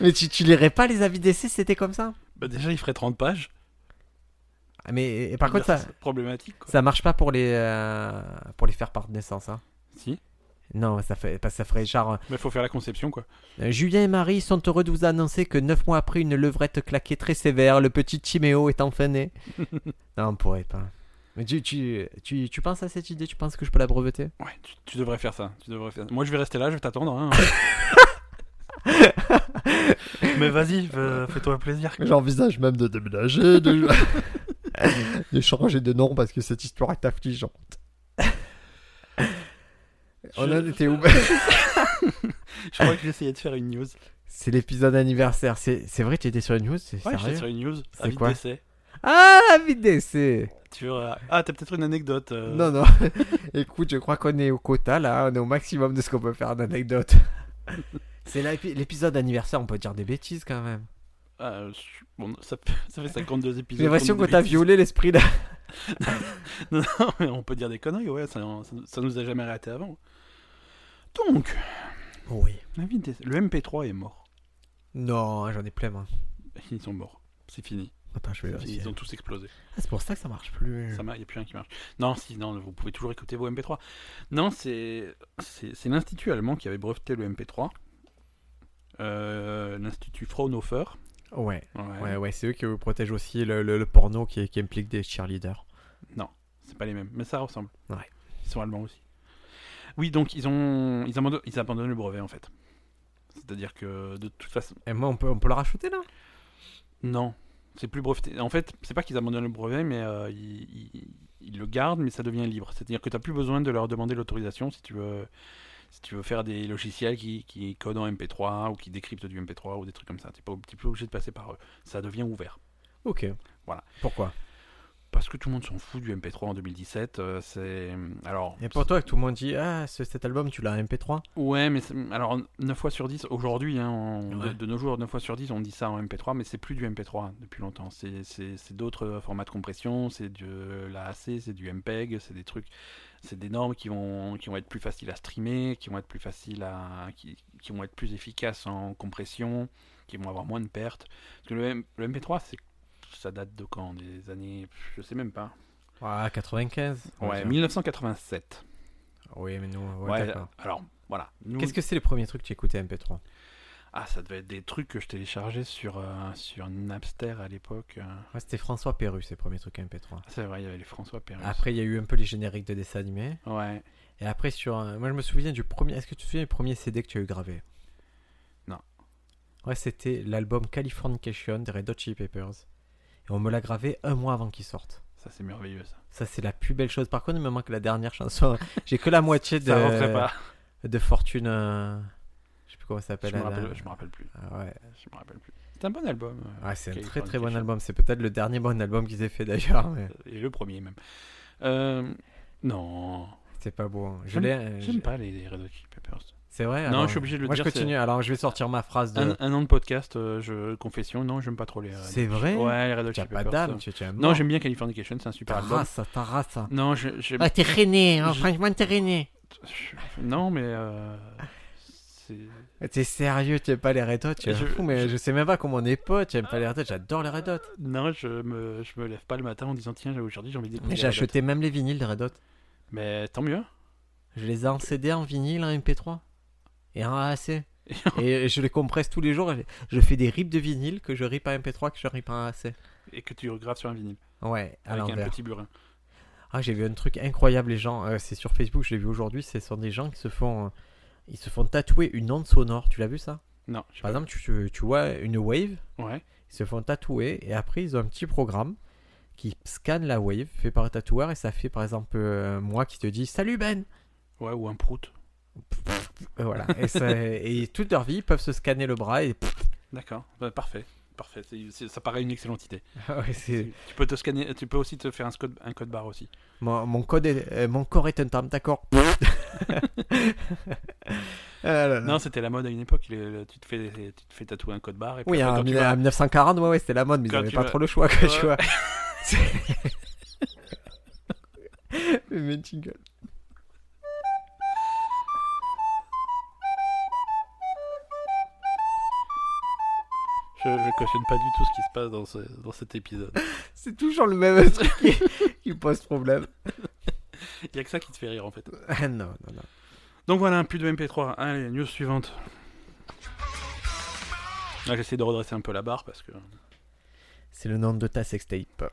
Mais tu, tu lirais pas les avis d'essai, c'était comme ça Bah déjà, il ferait 30 pages. Ah, Mais et par contre, ça, C'est problématique, quoi. ça marche pas pour les, euh, pour les faire par naissance. Hein. Si. Non, ça, fait, parce que ça ferait genre Mais faut faire la conception, quoi. Euh, Julien et Marie sont heureux de vous annoncer que neuf mois après une levrette claquée très sévère, le petit Timéo est enfin né. non, on pourrait pas. Mais tu, tu, tu, tu penses à cette idée Tu penses que je peux la breveter Ouais, tu, tu devrais faire ça. Tu devrais faire... Moi, je vais rester là, je vais t'attendre. hein. Mais vas-y, fais- fais-toi plaisir. quoi. J'envisage même de déménager, de... de changer de nom parce que cette histoire est affligeante. On en Je- était où Je crois que j'essayais de faire une news. C'est l'épisode anniversaire. C'est c'est vrai, tu étais sur une news C'est Ouais, j'étais sérieux sur une news. C'est Avis de quoi décès. Ah, la vie d'essai Tu verras. Ah, t'as peut-être une anecdote. euh, Non, non. Écoute, je crois qu'on est au quota là, on est au maximum de ce qu'on peut faire d'anecdotes. C'est l'épi- l'épisode anniversaire, on peut dire des bêtises quand même. ah, je- bon, ça, fait- ça fait 52 épisodes. J'ai l'impression qu'on que t'as dit- violé l'esprit là. Non, non, mais on peut dire des conneries, ouais, ça, ça, ça nous a jamais arrêté avant. Donc, Oui. la vie des- le MP3 est mort. Non, j'en ai plein moi. Ils sont morts. C'est fini. Attends, je vais Ils vérifier. ont tous explosé. Ah, c'est pour ça que ça marche plus. Ça Il n'y a plus rien qui marche. Non, si, non, vous pouvez toujours écouter vos MP3. Non, c'est c'est c'est l'Institut allemand qui avait breveté le MP3. Euh, L'Institut Fraunhofer. Ouais, Ouais. ouais, ouais, c'est eux qui protègent aussi le, le- le porno qui, qui implique des cheerleaders. C'est pas les mêmes, mais ça ressemble. Ouais. Ils sont allemands aussi. Oui, donc ils ont ils abandonnent, ils abandonnent le brevet en fait. C'est-à-dire que de toute façon, Et moi, on peut, on peut le rajouter là non, c'est plus breveté. En fait, c'est pas qu'ils abandonnent le brevet, mais euh, ils, ils- ils le gardent, mais ça devient libre. C'est-à-dire que t'as plus besoin de leur demander l'autorisation si tu veux si tu veux faire des logiciels qui, qui codent en MP3 ou qui décryptent du MP3 ou des trucs comme ça. T'es pas t'es plus obligé de passer par eux. Ça devient ouvert. Ok. Voilà. Pourquoi Parce que tout le monde s'en fout du MP3 en 2017. euh, c'est alors. Et pour toi, que tout le monde dit Ah, ce- cet album, tu l'as en MP3 Ouais, mais c'est- alors 9 fois sur 10, aujourd'hui, hein, on- de, Ouais. de nos jours, 9 fois sur 10, on dit ça en MP3, mais c'est plus du MP3 depuis longtemps. C'est- C'est c'est d'autres euh, formats de compression, c'est euh, de l'AAC, c'est du MPEG, c'est des trucs, c'est des normes qui vont, qui vont être plus faciles à streamer, qui vont être plus faciles à. qui, qui vont être plus efficaces en compression, qui vont avoir moins de pertes. Parce que le, M- le MP3, c'est. Ça date de quand Des années. Je sais même pas. Ah, 95 on va Ouais, dire. 1987. Oui, mais nous, ouais, Ouais, d'accord. alors, voilà. Nous, Qu'est-ce que c'est les premiers trucs que tu écoutais MP3 Ah, ça devait être des trucs que je téléchargeais sur, euh, sur Napster à l'époque. euh. ouais, C'était François Perru, ces premiers trucs MP3. C'est vrai, il y avait les François Perrus. Après, il y a eu un peu les génériques de dessins animés. Ouais. Et après, sur. un- Moi, je me souviens du premier. Est-ce que tu te souviens du premier CD que tu as eu gravé Non. Ouais, c'était l'album Californication des Red Hot Chili Peppers. Et on me l'a gravé un mois avant qu'il sorte. Ça, c'est merveilleux, ça. Ça, c'est la plus belle chose. Par contre, il me manque la dernière chanson. J'ai que la moitié de. Ça rentrait pas. De Fortune. euh, Je sais plus comment ça Je s'appelle. me, la- rappelle, je me rappelle plus. Ah ouais. Je me rappelle plus. C'est un bon album. euh, Ouais, c'est un très très bon Californication. album. C'est peut-être le dernier bon album qu'ils aient fait d'ailleurs. mais Et le premier, même. Euh, Non. C'est pas beau. hein. Je J'aime- l'ai. euh, je- J'aime pas les, les Red Hot Chili Peppers. C'est vrai Non, alors, je suis obligé de le Moi, dire, je continue. Alors, je vais sortir ma phrase de. Un, un an de podcast, euh, je confession, non, j'aime pas trop les Red Hot C'est Chili- vrai Ouais, les Red Hot Tu as Chili pas Peppers. euh. d'âme, tu, tu es un Non, mort. j'aime bien Californication, c'est un super Ta album. race, ta race. Non, je- j'aime Ah, t'es rené, hein, franchement, t'es rené. Je- Non, mais. euh, Ah. c'est- T'es sérieux, tu aimes pas les Red Hot, tu es Je- fou, mais je... sais même pas comment on est potes, tu aimes pas les Red Hot, j'adore les Red Hot. Non, je me, je me lève pas le matin en disant tiens, aujourd'hui j'ai envie d'écouter. Mais les j'ai Red Hot. acheté même les vinyles des Red Hot. Mais tant mieux. Je les ai en CD, en vinyle, en MP3 et en AAC. et je les compresse tous les jours. et Je fais des rips de vinyle que je rip en MP3 que je rip en AAC. Et que tu graves sur un vinyle. Ouais, à avec un l'envers. petit burin. Ah, j'ai vu un truc incroyable, les gens. euh, c'est sur Facebook, je l'ai vu aujourd'hui. Ce sont des gens qui se font, euh, ils se font tatouer une onde sonore. Tu l'as vu ça Non, je sais Par pas. exemple, tu- tu, tu vois une wave, Ouais. ils se font tatouer et après ils ont un petit programme qui scanne la wave fait par un tatoueur et ça fait par exemple euh, moi qui te dis salut Ben. Ouais, ou un prout. Euh, Voilà. et, ça- et toute leur vie ils peuvent se scanner le bras et D'accord. Bah, parfait. parfait. C'est- c'est- ça paraît une excellente idée. Ah ouais, c'est- Tu peux te scanner, tu peux aussi te faire un code, un code barre aussi. mon, mon code est- euh, mon corps est un terme, d'accord. Ah là là. Non, c'était la mode à une époque. il est- tu te fais, tu te fais tatouer un code barre et puis oui, après, en, quand tu mille- vas- en 1940, ouais, ouais, c'était la mode, mais ils Quand n'avaient tu pas vas- trop le choix, quoi, Ouais. tu vois. C'est- Mais tu gueules. je, je cautionne pas du tout ce qui se passe dans, ce- dans cet épisode. C'est toujours le même truc qui, qui pose problème. Il y a que ça qui te fait rire en fait. Ah non, non, non. Donc voilà, plus de MP3. Allez, news suivante. Là, j'essaie de redresser un peu la barre parce que C'est le nom de ta sextape.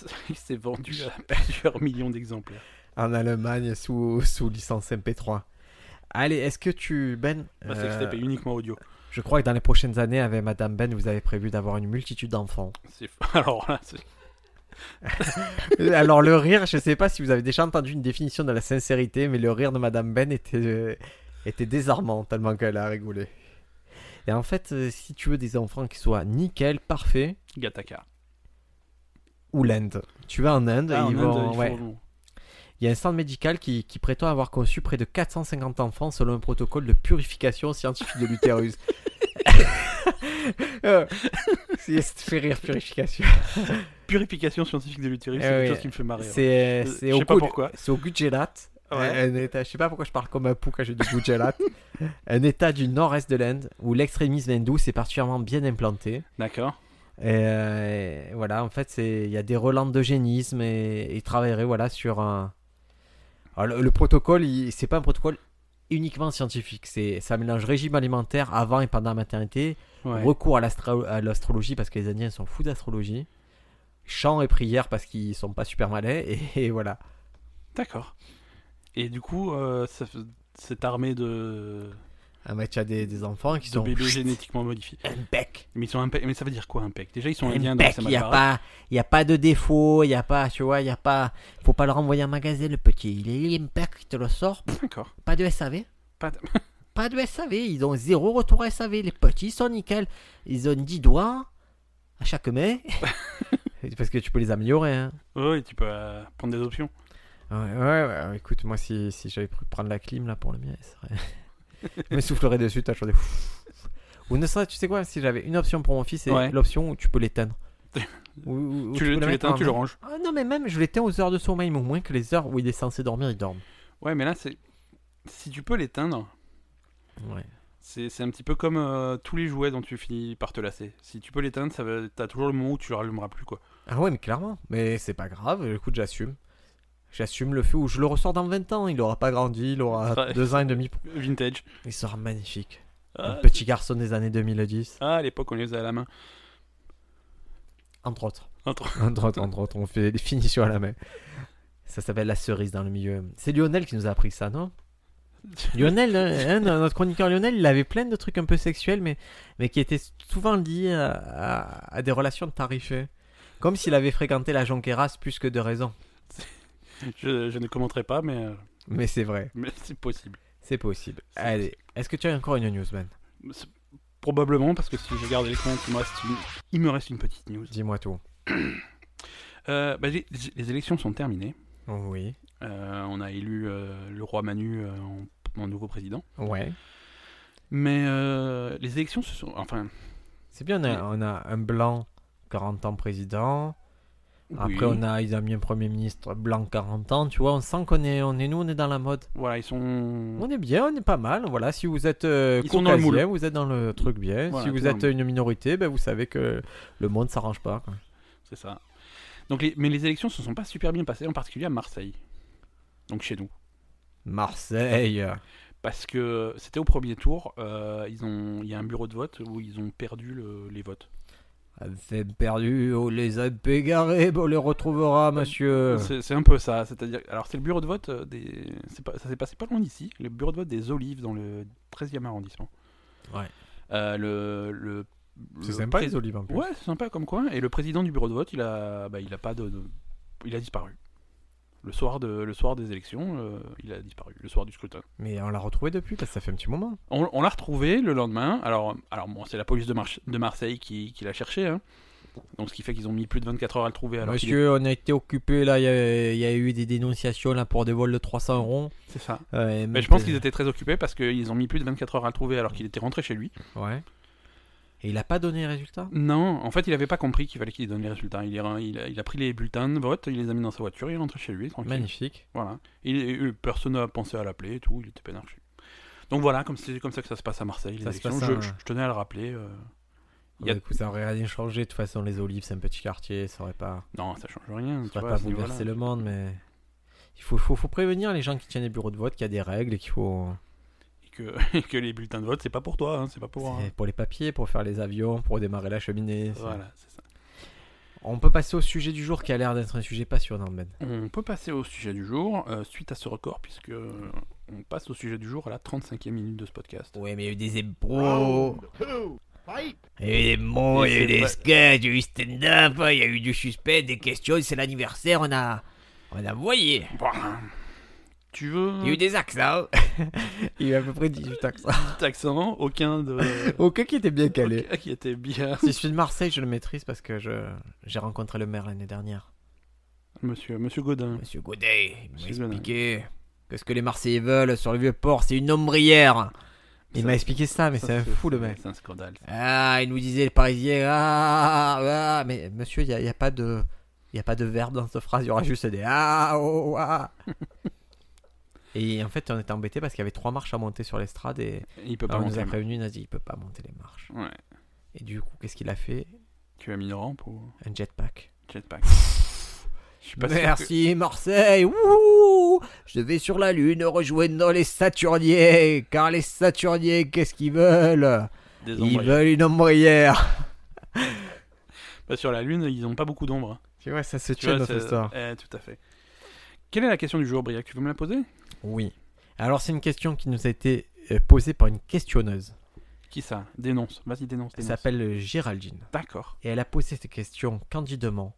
il s'est vendu à plusieurs millions d'exemplaires. En Allemagne, sous, sous licence MP3. Allez, est-ce que tu, Ben... La euh, sextape est uniquement audio. je crois que dans les prochaines années, avec Madame Ben, vous avez prévu d'avoir une multitude d'enfants. C'est alors là, c'est- Euh, Alors le rire, je sais pas si vous avez déjà entendu une définition de la sincérité, mais le rire de Madame Ben était, euh, était désarmant tellement qu'elle a rigolé. Et en fait, euh, si tu veux des enfants qui soient nickel, parfaits, Gattaca. ou l'Inde. Tu vas en Inde, Ah, et en ils Inde, vont- ils ouais. font- il y a un centre médical qui, qui prétend avoir conçu près de 450 enfants selon un protocole de purification scientifique de l'utérus. Euh, c'est ça te fait rire purification. Purification scientifique de l'utérus, Eh c'est quelque oui. chose qui me fait marrer. ouais. C'est Euh, c'est je au sais pas Gu- pourquoi. C'est au Gujarat. Ouais. Un- un état, je sais pas pourquoi je parle comme un pou quand j'ai du Gujarat. un état du nord-est de l'Inde où l'extrémisme hindou s'est particulièrement bien implanté. D'accord. Et euh, voilà, en fait, c'est- il y a des relents d'eugénisme et et ils travailleraient voilà, sur un. Alors, le, le protocole, il- c'est pas un protocole uniquement scientifique. C'est, ça mélange régime alimentaire avant et pendant la maternité, Ouais. recours à, l'astra- à l'astrologie parce que les Indiens sont fous d'astrologie, chant et prière parce qu'ils sont pas super malais, et, et voilà. D'accord. Et du coup, euh, ça f- cette armée de, Ah, mais tu as des, des enfants qui de sont. bébés génétiquement modifiés. Un bec. Mais ils sont impec- Mais ça veut dire quoi impec Déjà, ils sont Un indiens, donc bec, ça il m'a n'y a, pas- il y a pas de défaut, il n'y a pas, tu vois, il y a pas. faut pas le renvoyer en magasin, le petit. Il est impec, il te le sort. D'accord. Pas de SAV. Pas de- Pas de SAV. Ils ont zéro retour SAV. Les petits ils sont nickel. Ils ont 10 doigts à chaque main. Parce que tu peux les améliorer. Hein. Oui, tu peux euh, prendre des options. Ouais, ouais, ouais, ouais, Écoute, moi, si, si j'avais pu prendre la clim là pour le mien, ça serait... je me soufflerais dessus, t'as toujours des. Ou ne serait tu sais quoi, si j'avais une option pour mon fils, c'est Ouais. l'option où tu peux l'éteindre. Ou- ou- ou tu peux le- la tu mettre l'éteins, en tu le main. ranges. Ah non, mais même, je l'éteins aux heures de sommeil, mais au moins que les heures où il est censé dormir, il dorme. Ouais, mais là, c'est. Si tu peux l'éteindre, Ouais. c'est c'est un petit peu comme euh, tous les jouets dont tu finis par te lasser. Si tu peux l'éteindre, ça va... t'as toujours le moment où tu le rallumeras plus, quoi. Ah ouais, mais clairement. Mais c'est pas grave, écoute, j'assume. J'assume le fait où je le ressors dans 20 ans. Il aura pas grandi, il aura Ça- 2 ans et demi. pour- Vintage. Il sera magnifique. Ah, Un petit garçon des années 2010. ah, à l'époque, on les faisait à la main. Entre autres. Entre- Entre autres, entre autres. On fait des finitions à la main. Ça s'appelle la cerise dans le milieu. C'est Lionel qui nous a appris ça, non Lionel, hein, hein, notre chroniqueur Lionel, il avait plein de trucs un peu sexuels, mais, mais qui étaient souvent liés à, à- à des relations de tarifées. Comme s'il avait fréquenté la Jonqueras plus que de raison. je, je ne commenterai pas, mais, euh, Mais c'est vrai, mais c'est possible. c'est possible. C'est Allez, est-ce que tu as encore une news, Ben C'est- Probablement, parce que si j'ai gardé le compte, il me reste une, il me reste une petite news. Dis-moi tout. Euh, bah, j'ai- j'ai- les élections sont terminées. Oui. Euh, on a élu euh, le roi Manu euh, en- en nouveau président. Ouais. Mais euh, les élections se sont. Enfin. C'est bien, on a, on a un blanc 40 ans président. Après, oui. on a, ils ont mis un premier ministre blanc 40 ans. Tu vois, on sent qu'on est, on est nous, on est dans la mode. Voilà, ils sont. On est bien, on est pas mal. Voilà, si vous êtes euh, Mm. Ils sont dans le caucasien, vous êtes dans le truc bien. Voilà, si vous tout êtes une minorité, ben, vous savez que le monde s'arrange pas. quoi. C'est ça. Donc, les- Mais les élections se sont pas super bien passées, en particulier à Marseille. Donc chez nous. Marseille. Parce que c'était au premier tour, euh, ils ont... il y a un bureau de vote où ils ont perdu le- les votes. Elle fait perdu, on les a égarés, ben, on les retrouvera, monsieur. Euh, C'est c'est un peu ça. C'est-à-dire, alors c'est le bureau de vote euh, des. c'est Pas... Ça s'est passé pas loin d'ici. Le bureau de vote des Olives dans le 13e arrondissement. Ouais. Euh, le. le... C'est le sympa pré- les olives en plus. Ouais, c'est sympa comme quoi. Et le président du bureau de vote, il a, bah, il a pas de, de- il a disparu. Le soir, de, le soir des élections, euh, il a disparu, le soir du scrutin. Mais on l'a retrouvé depuis parce que ça fait un petit moment. On, on l'a retrouvé le lendemain. Alors, alors bon, c'est la police de, Marche- de Marseille qui, qui l'a cherché. hein. Donc, ce qui fait qu'ils ont mis plus de 24 heures à le trouver. Alors qu'il est- Monsieur, on a été occupé là, il y, a- il y a eu des dénonciations là pour des vols de 300 euros. C'est ça. Euh, Mais je pense qu'ils étaient très occupés parce qu'ils ont mis plus de 24 heures à le trouver alors qu'il était rentré chez lui. Ouais. Et il a pas donné les résultats Non, en fait, il n'avait pas compris qu'il fallait qu'il donne les résultats. Il, est re- il a, il a pris les bulletins de vote, il les a mis dans sa voiture, il est rentré chez lui, tranquille. Magnifique. Voilà. Il, il- personne n'a pensé à l'appeler et tout, il était peinard chez lui. Donc voilà, comme c'est comme ça que ça se passe à Marseille. les Ça se élections. passe à- je, je tenais à le rappeler. euh, Il y a- Ouais, Bah, écoute, ça aurait rien changé. De toute façon, les Olives, c'est un petit quartier. Ça aurait pas, Non, ça change rien. ça Tu aurait vois, pas à ce niveau-là. bouleversé le monde, mais il faut, faut, faut prévenir les gens qui tiennent les bureaux de vote qu'il y a des règles et qu'il faut. Et que, et que les bulletins de vote, c'est pas pour toi, hein, c'est pas pour. c'est hein. Pour les papiers, pour faire les avions, pour démarrer la cheminée. c'est- Voilà, c'est ça. On peut passer au sujet du jour qui a l'air d'être un sujet passionnant, Ben. On peut passer au sujet du jour, euh, suite à ce record, puisque euh, on passe au sujet du jour à la 35e minute de ce podcast. Ouais, mais il y a eu des ébros. Fight! Il y a eu des mots, il y a eu des sketchs, il y a eu du stand-up, il y a eu du suspect, des questions, c'est l'anniversaire, on a. On a voyé. Bon. Bah, Tu veux Il y a eu des accents. Mm. il y a eu à peu près 18 accents. petit accent Aucun de. Aucun qui était bien calé. Aucun qui était bien. Si je suis de Marseille, je le maîtrise parce que je j'ai rencontré le maire l'année dernière. Monsieur, monsieur Godin. Monsieur Godet, il Monsieur m'a Godin. expliqué que ce que les Marseillais veulent sur le vieux port, c'est une ombrière. Il Ça- m'a expliqué ça, mais ça, c'est un fou le c'est- mec. C'est un scandale. Ah, il nous disait le Parisien. Ah, ah, mais monsieur, il n'y a, il y a pas de, il y a pas de verbe dans cette phrase. Il y aura juste des ah, oh, ah. Et en fait, on était embêté parce qu'il y avait trois marches à monter sur l'estrade et Il peut pas Ah, on nous monter. a prévenu, il a dit il peut pas monter les marches. Ouais. Et du coup, qu'est-ce qu'il a fait Tu as mis une rampe ou Un jetpack. jetpack Je suis pas sûr que- Merci Marseille, wouhou Je vais sur la lune rejoindre les Saturniers, car les Saturniers, qu'est-ce qu'ils veulent Des Ils ombres. veulent une ombrière. Bah, sur la Lune, ils ont pas beaucoup d'ombre. hein. Tu vois, ça se Tu vois, c'est- Eh, tout à fait. Quelle est la question du jour, Briac Tu veux me la poser Oui. Alors c'est une question qui nous a été euh, posée par une questionneuse. Qui ça Dénonce. Vas-y, dénonce. Elle dénonce. s'appelle euh, Géraldine. D'accord. Et elle a posé cette question candidement.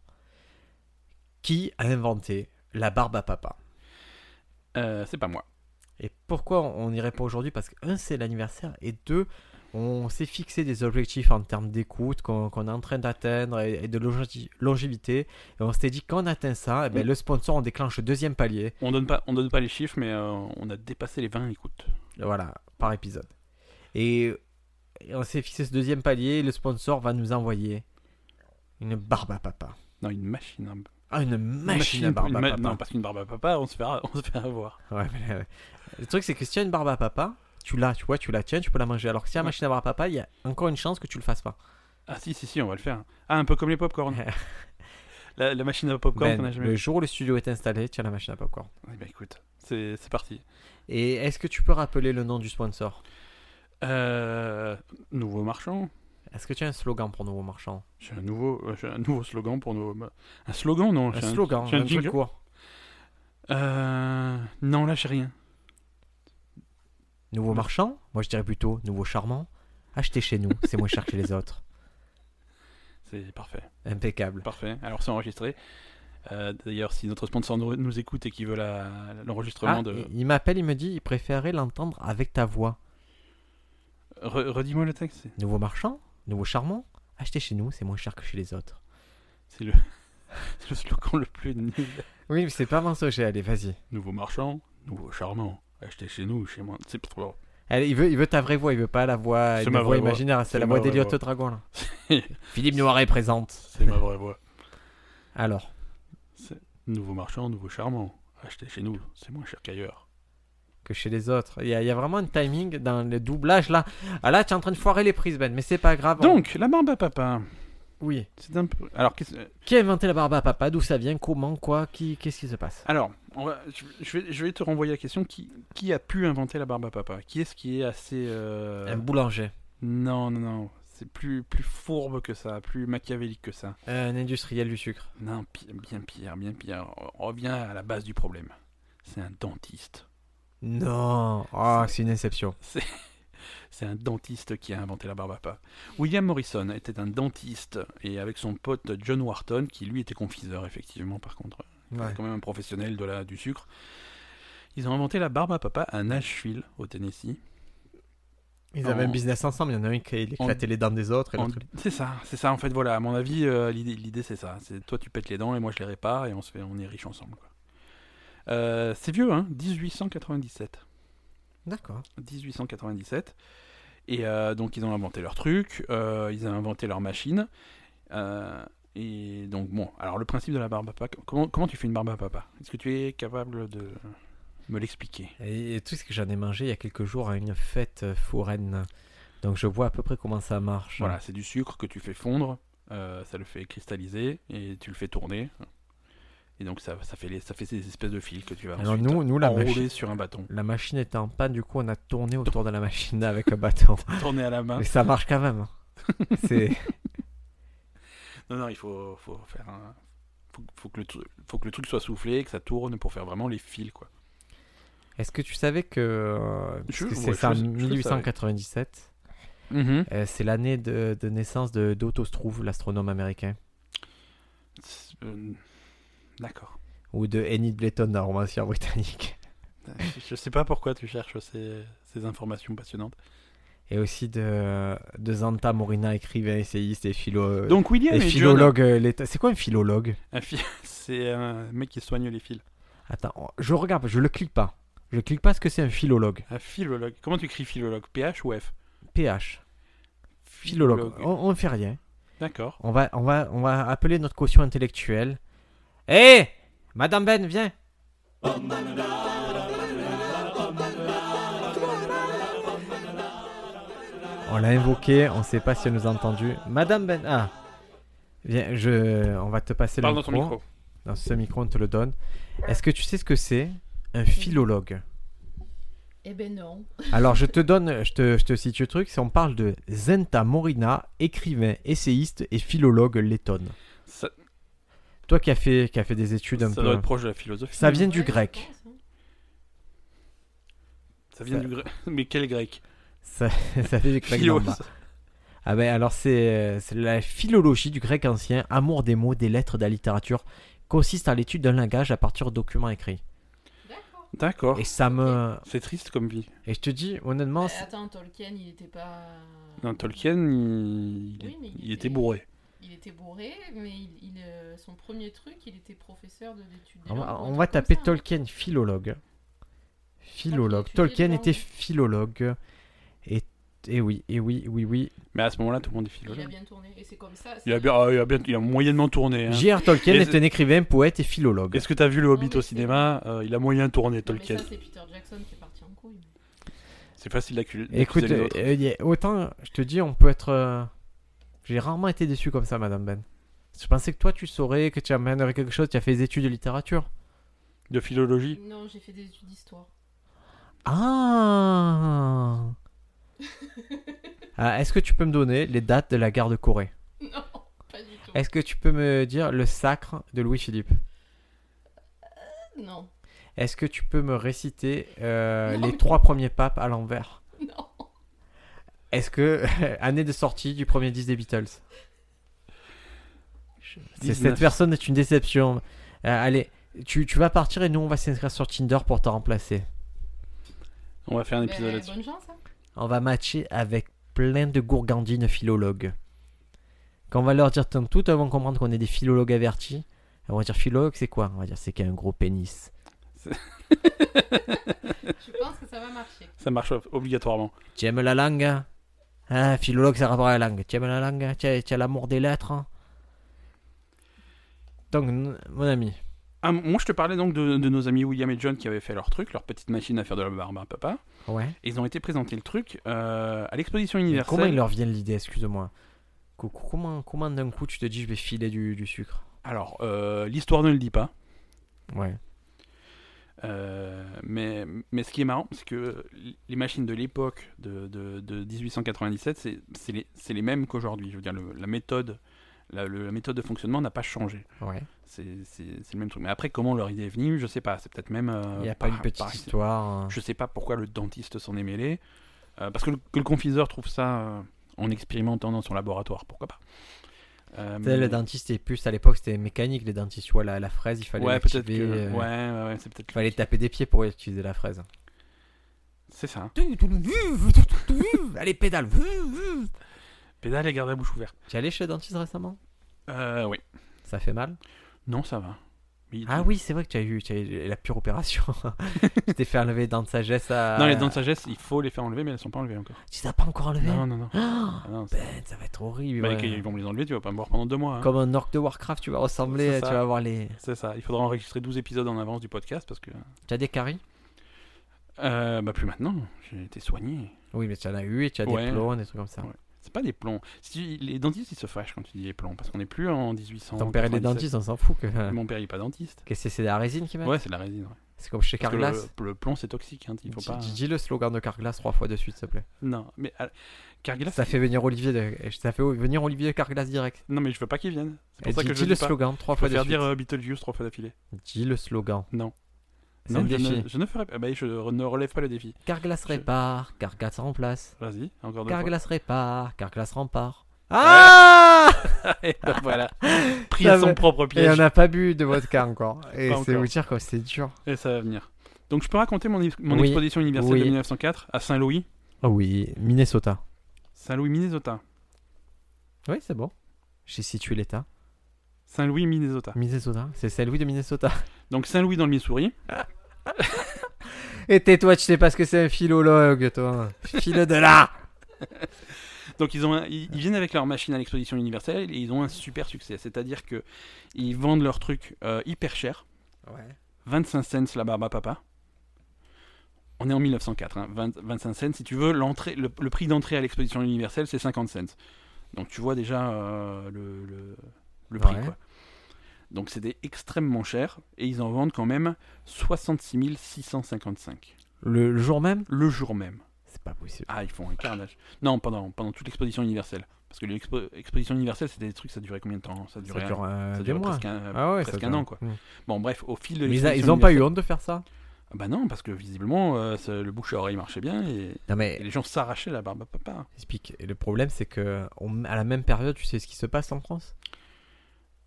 Qui a inventé la barbe à papa Euh, c'est pas moi. Et pourquoi on n'irait pas aujourd'hui Parce que, un, c'est l'anniversaire, et deux, on s'est fixé des objectifs en termes d'écoute qu'on qu'on est en train d'atteindre et, et de longi- longévité. Et on s'était dit, quand on atteint ça, eh ben, Mm. le sponsor, on déclenche le deuxième palier, On donne pas, on donne pas les chiffres, mais euh, on a dépassé les 20 écoutes. voilà, par épisode. Et, et on s'est fixé ce deuxième palier, le sponsor va nous envoyer une barbe à papa. Non, une machine. hein. Ah, une machine, à barbe une à ma- papa. Non, parce qu'une barbe à papa, on se fait, on se fait avoir. Ouais, mais, euh, le truc, c'est que si tu as une barbe à papa, tu l'as, tu vois, tu la tiens, tu peux la manger. Alors que si tu as une Ouais. machine à barbe à papa, il y a encore une chance que tu le fasses pas. Ah si, si, si, on va le faire. Ah, un peu comme les popcorn. la, la machine à popcorn Ben, qu'on a jamais le jour où le studio est installé, tu as la machine à popcorn. Eh ben, écoute, c'est c'est parti. Et est-ce que tu peux rappeler le nom du sponsor Euh, nouveau marchand. Est-ce que tu as un slogan pour Nouveau Marchand J'ai un nouveau, euh, j'ai un nouveau slogan pour nos. Un slogan, non Un j'ai un- slogan, j'ai un, un truc jingle court. Euh, non, là, j'ai rien. Nouveau Marchand Moi je dirais plutôt Nouveau Charmant. Achetez chez nous, c'est moins cher que les autres. C'est parfait. Impeccable. Parfait. Alors, c'est enregistré. Euh, D'ailleurs, si notre sponsor nous, nous écoute et qu'il veut la- l'enregistrement Ah, de. Il il m'appelle, il me dit, il préférait l'entendre avec ta voix. Re- Redis-moi le texte. c'est- Nouveau Marchand Nouveau Charmant Achetez chez nous, c'est moins cher que chez les autres. C'est le... c'est le slogan le plus nul. Oui, mais c'est pas mensonger, allez, vas-y. Nouveau marchand, nouveau charmant. Achetez chez nous, chez moi. C'est Allez, il veut, il veut ta vraie voix, il veut pas la voix, C'est une ma voix vraie voix. imaginaire, c'est C'est la ma voix vraie d'Eliott voix. Dragon. là. Philippe Noiret présente. c'est ma vraie voix. Alors, Nouveau marchand, nouveau charmant. Achetez chez nous, c'est moins cher qu'ailleurs. que chez les autres. Il y, a- il y a vraiment un timing dans le doublage là. Ah là, tu es en train de foirer les prises, Ben, mais c'est pas grave. Donc, la barbe à papa. oui. C'est un peu. Alors, qu'est-ce- euh, Qui a inventé la barbe à papa D'où ça vient Comment Quoi Qui Qu'est-ce qui se passe alors on va- je, je vais, je vais te renvoyer la question qui, qui a pu inventer la barbe à papa Qui est-ce qui est assez. euh, Un boulanger, Non, non, non. C'est plus, plus fourbe que ça, plus machiavélique que ça. un industriel du sucre. Non, pi- bien pire, bien pire. On revient à la base du problème. C'est un dentiste. Non. Ah, c'est une inception. C'est un dentiste qui a inventé la barbe à papa. William Morrison était un dentiste et avec son pote John Wharton, qui lui était confiseur, effectivement, par contre. Ouais. quand même un professionnel de la, du sucre. Ils ont inventé la barbe à papa à Nashville, au Tennessee. Ils En- avaient un business ensemble. Il y en a un qui éclatait les dents des autres. Et En- l'autre- C'est ça, c'est ça en fait. Voilà, à mon avis, euh, l'idée, l'idée c'est ça. C'est toi tu pètes les dents et moi je les répare et on se fait, on est riche ensemble. quoi. Euh, c'est vieux, hein 1897. D'accord. 1897. Et euh, donc ils ont inventé leur truc, euh, ils ont inventé leur machine. Euh, et donc bon, alors le principe de la barbe à papa, comment, comment tu fais une barbe à papa Est-ce que tu es capable de me l'expliquer Et, et tout ce que j'en ai mangé il y a quelques jours à une fête euh, foraine. Donc je vois à peu près comment ça marche. Voilà, c'est du sucre que tu fais fondre, euh, ça le fait cristalliser et tu le fais tourner. Et donc ça, ça, fait, les, ça fait ces espèces de fils que tu vas Alors ensuite nous, nous la, enrouler machine, sur un bâton. la machine était en panne, du coup on a tourné autour de la machine avec un bâton. Tourner à la main. Mais ça marche quand même. hein. C'est Non, non, il faut, faut faire un... Faut, faut que le tru- faut que le truc soit soufflé, que ça tourne pour faire vraiment les fils, quoi. Est-ce que tu savais que, euh, parce Je- que c'est ouais, ça, je- je le 1897, euh, c'est l'année de, de naissance de d'Otto Struve, l'astronome américain, C'est- euh, D'accord. ou de Enid Blyton, la romancière britannique, Je- Je sais pas pourquoi tu cherches ces, ces informations passionnantes. et aussi de, de Zanta Morina, écrivain, essayiste et, philo, Donc William et est philologue. euh, lettre- C'est quoi un philologue c'est un mec qui soigne les fils. Attends, oh, je regarde, je le clique pas. Je clique pas ce que c'est un philologue. Un philologue. Comment tu écris philologue PH ou F PH, philologue. Oh, On, on fait rien. D'accord. On va, on, va, on va appeler notre caution intellectuelle. Hé Madame Ben, viens On l'a invoqué, on sait pas si elle nous a entendu. Madame Ben, ah Viens, je, on va te passer Parle le dans ton micro. micro. Dans ce micro, on te le donne. Est-ce que tu sais ce que c'est Un philologue. Eh ben non. Alors, je te donne, je te, je te situe le truc. Si on parle de Zenta Morina, écrivain, essayiste et philologue lettonne. Ça, Toi qui as fait, qui as fait des études un ça peu. hein. doit être proche de la philosophie. Ça vient Ouais, du je grec. pense, hein. Ça vient ça- du grec. Mais quel grec Ça, ça vient du grec Philo- lambda. Ah ben alors c'est c'est la philologie du grec ancien, amour des mots, des lettres, de la littérature, consiste à l'étude d'un langage à partir de documents écrits. D'accord. D'accord. Et ça me C'est triste comme vie. et je te dis honnêtement, Euh, c'est- attends, Tolkien, il était pas. Non, Tolkien, il, il- Oui, mais il il était était- bourré. Il était bourré, mais il, il, euh, son premier truc, il était professeur de l'étude. on va, on va taper hein. Tolkien philologue. Philologue. étudiait Tolkien les était langues. philologue. Et, et oui, et oui, oui, oui. Mais à ce moment-là, tout le monde est Il a philologue. bien tourné, et c'est comme ça. Il a c'est- bien, ah, il a bien- il a moyennement tourné. hein. J.R. Tolkien Et est c'est- un écrivain, poète et philologue. Est-ce que t'as vu le Hobbit mais au c'est- cinéma Euh, Il a moyen tourné, Non, mais Tolkien. ça, c'est Peter Jackson qui est parti en couille. C'est facile d'accu- d'accuser Écoute, les autres. euh, y a- autant je te dis, on peut être. euh, J'ai rarement été déçu comme ça, Madame Ben. Je pensais que toi, tu saurais, que tu amènerais quelque chose, tu as fait des études de littérature. De philologie. Non, j'ai fait des études d'histoire. Ah Ah, Est-ce que tu peux me donner les dates de la guerre de Corée Non, pas du tout. Est-ce que tu peux me dire le sacre de Louis-Philippe Eh. Non, Est-ce que tu peux me réciter euh, Non, les mais- trois premiers papes à l'envers non. Est-ce que année de sortie du premier disque des Beatles C'est- 19. Cette personne est une déception. Euh, allez, tu, tu vas partir et nous on va s'inscrire sur Tinder pour te remplacer. On va faire un épisode Ben, là-dessus. bonne chance, hein. On va matcher avec plein de gourgandines philologues. Quand on va leur dire tant tout, elles vont comprendre qu'on est des philologues avertis. Elles vont dire philologue, c'est quoi On va dire c'est qu'un gros pénis. Je pense que ça va marcher. Ça marche ob- obligatoirement. Tu aimes la langue hein Ah, philologue, ça rapport à la langue. Tu aimes la langue hein Tu as, tu as l'amour des lettres hein Donc, n- mon ami, Ah, moi, je te parlais donc de, de nos amis William et John qui avaient fait leur truc, leur petite machine à faire de la barbe à papa. ouais. Et ils ont été présentés le truc euh, à l'exposition Mais universelle. Comment il leur vient l'idée, excuse-moi Co- co- Comment, comment d'un coup tu te dis je vais filer du, du sucre Alors, euh, l'histoire ne le dit pas. Ouais. Euh, mais, mais ce qui est marrant, c'est que les machines de l'époque de, de- de 1897, c'est- c'est les, c'est les mêmes qu'aujourd'hui. Je veux dire, le- la, méthode, la- le- la méthode de fonctionnement n'a pas changé. Ouais. C'est c'est- c'est le même truc. Mais après, comment leur idée est venue, je sais pas. C'est peut-être même. euh, Il n'y a pas par- une petite par- histoire. hein. Je sais pas pourquoi le dentiste s'en est mêlé. Euh, parce que le, que le confiseur trouve ça euh, en expérimentant dans son laboratoire, pourquoi pas. Euh, Tu sais, Le dentiste est plus à l'époque, c'était mécanique. Les dentistes, tu vois, la, la fraise, il fallait ouais, peut-être l'activer, que. euh, Ouais, ouais, ouais, c'est peut-être. fallait taper des pieds pour utiliser la fraise. C'est ça. hein. Allez, pédale. Pédale et garde la bouche ouverte. Tu es allé chez le dentiste récemment Euh, oui. Ça fait mal Non, ça va. Mais il- Ah oui, c'est vrai que tu as eu, tu as eu la pure opération. tu t'es fait enlever les dents de sagesse à. Non, les dents de sagesse, il faut les faire enlever, mais elles sont pas enlevées encore. Tu les as pas encore enlevé Ben, Non, non, non. Ah, non, c'est- Ça va être horrible. bah, Oh. ouais. Ils vont me les enlever, tu vas pas me voir pendant deux mois. hein. Comme un orc de Warcraft, tu vas ressembler, C'est tu ça. vas avoir les. C'est ça. Il faudra enregistrer 12 épisodes en avance du podcast parce que. Tu as des caries Euh, bah, plus maintenant. J'ai été soigné. Oui, mais tu en as eu et tu as Ouais. des plombs, des trucs comme ça. Ouais. C'est pas des plombs. Si, les dentistes, ils se fâchent quand tu dis les plombs parce qu'on n'est plus en 1800. Ton père est hein. des dentistes, on s'en fout. Que... Mon père, il est pas dentiste. Qu'est-ce que c'est de la résine qui met Ouais, c'est de la résine. ouais. C'est comme chez Parce que le- Carglass. le, plomb, c'est toxique. Hein, il faut Dis- pas... dis- Dis le slogan de Carglass trois fois de suite, s'il te plaît. Non, mais à- Carglass. Ça fait venir Olivier de, ça fait venir Olivier de Carglass direct. Non, mais je veux pas qu'ils viennent. C'est pour Et ça dis, que je dis dis le pas. slogan trois Je fois de préfère suite. dire euh, Beetlejuice trois fois d'affilée. Dis le slogan. Non. C'est un Non, je défi. ne, je ne ferai pas. Bah, je re- ne relève pas le défi. Carglass répare, Carglass remplace. Vas-y, encore deux Carglass répare, Carglass rempart. Ah fois. Et donc, voilà. Pris Ça à son va. propre Et on piège. n'a pas bu de vodka encore. Et Pas c'est encore. vous dire que c'est dur. Et ça va venir. Donc, je peux raconter mon, ex- mon Oui. exposition universelle Oui. de 1904 à Saint-Louis. Ah oui, Minnesota. Saint-Louis, Minnesota. Oui, c'est bon. J'ai situé l'État. Saint-Louis, Minnesota. Ah. Minnesota. C'est Saint-Louis de Minnesota. Donc, Saint-Louis dans le Missouri. Et tais-toi, tu sais pas ce que c'est un philologue, toi. File de là Donc, ils, ont un- ils, ils viennent avec leur machine à l'exposition universelle et ils ont un super succès. C'est-à-dire que ils vendent leurs trucs euh, hyper cher. Ouais. 25 cents la barbe à papa. On est en 1904. hein. 20 25 cents, si tu veux, l'entrée, le, le prix d'entrée à l'exposition universelle, c'est 50 cents. Donc tu vois déjà euh, le, le- le prix. Ouais. quoi. Donc c'était extrêmement cher et ils en vendent quand même 66 655 Le, le jour même le jour même. C'est pas possible. Ah, ils font un carnage. Non, pendant, pendant toute l'exposition universelle. Parce que l'exposition universelle, c'était des trucs, ça durait combien de temps hein? Ça durait, ça dure euh, ça des durait mois. presque un, Ah ouais, presque ça un dure. an, quoi. Mm. Bon, bref, au fil de Mais ils, a- ils l'exposition ont pas eu hein. universelle- honte de faire ça Ah Bah non, parce que visiblement, euh, ce- le bouche à oreille marchait bien et, et Non mais les gens s'arrachaient la barbe à papa. explique. Le problème c'est que on- à la même période, tu sais ce qui se passe en France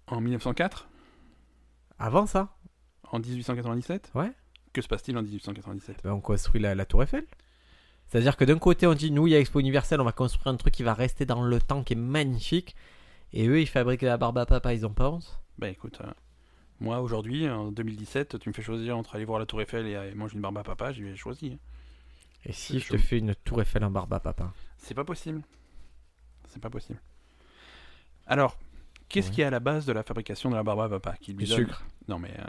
En 1904 Avant ça, En 1897 Ouais. Que se passe-t-il en 1897 ben, on construit la, la Tour Eiffel. C'est-à-dire que d'un côté on dit nous il y a Expo Universelle, on va construire un truc qui va rester dans le temps, qui est magnifique, et eux ils fabriquent la barbe à papa, ils ont pas honte Bah écoute, euh, moi aujourd'hui, en 2017, tu me fais choisir entre aller voir la Tour Eiffel et aller manger une barbe à papa, j'y ai choisi. hein. Et C'est si je chaud. te fais une Tour Eiffel en barbe à papa C'est pas possible. C'est pas possible. Alors, qu'est-ce Ouais. qui est à la base de la fabrication de la barbe à papa qui lui Du donne- sucre, Non mais euh,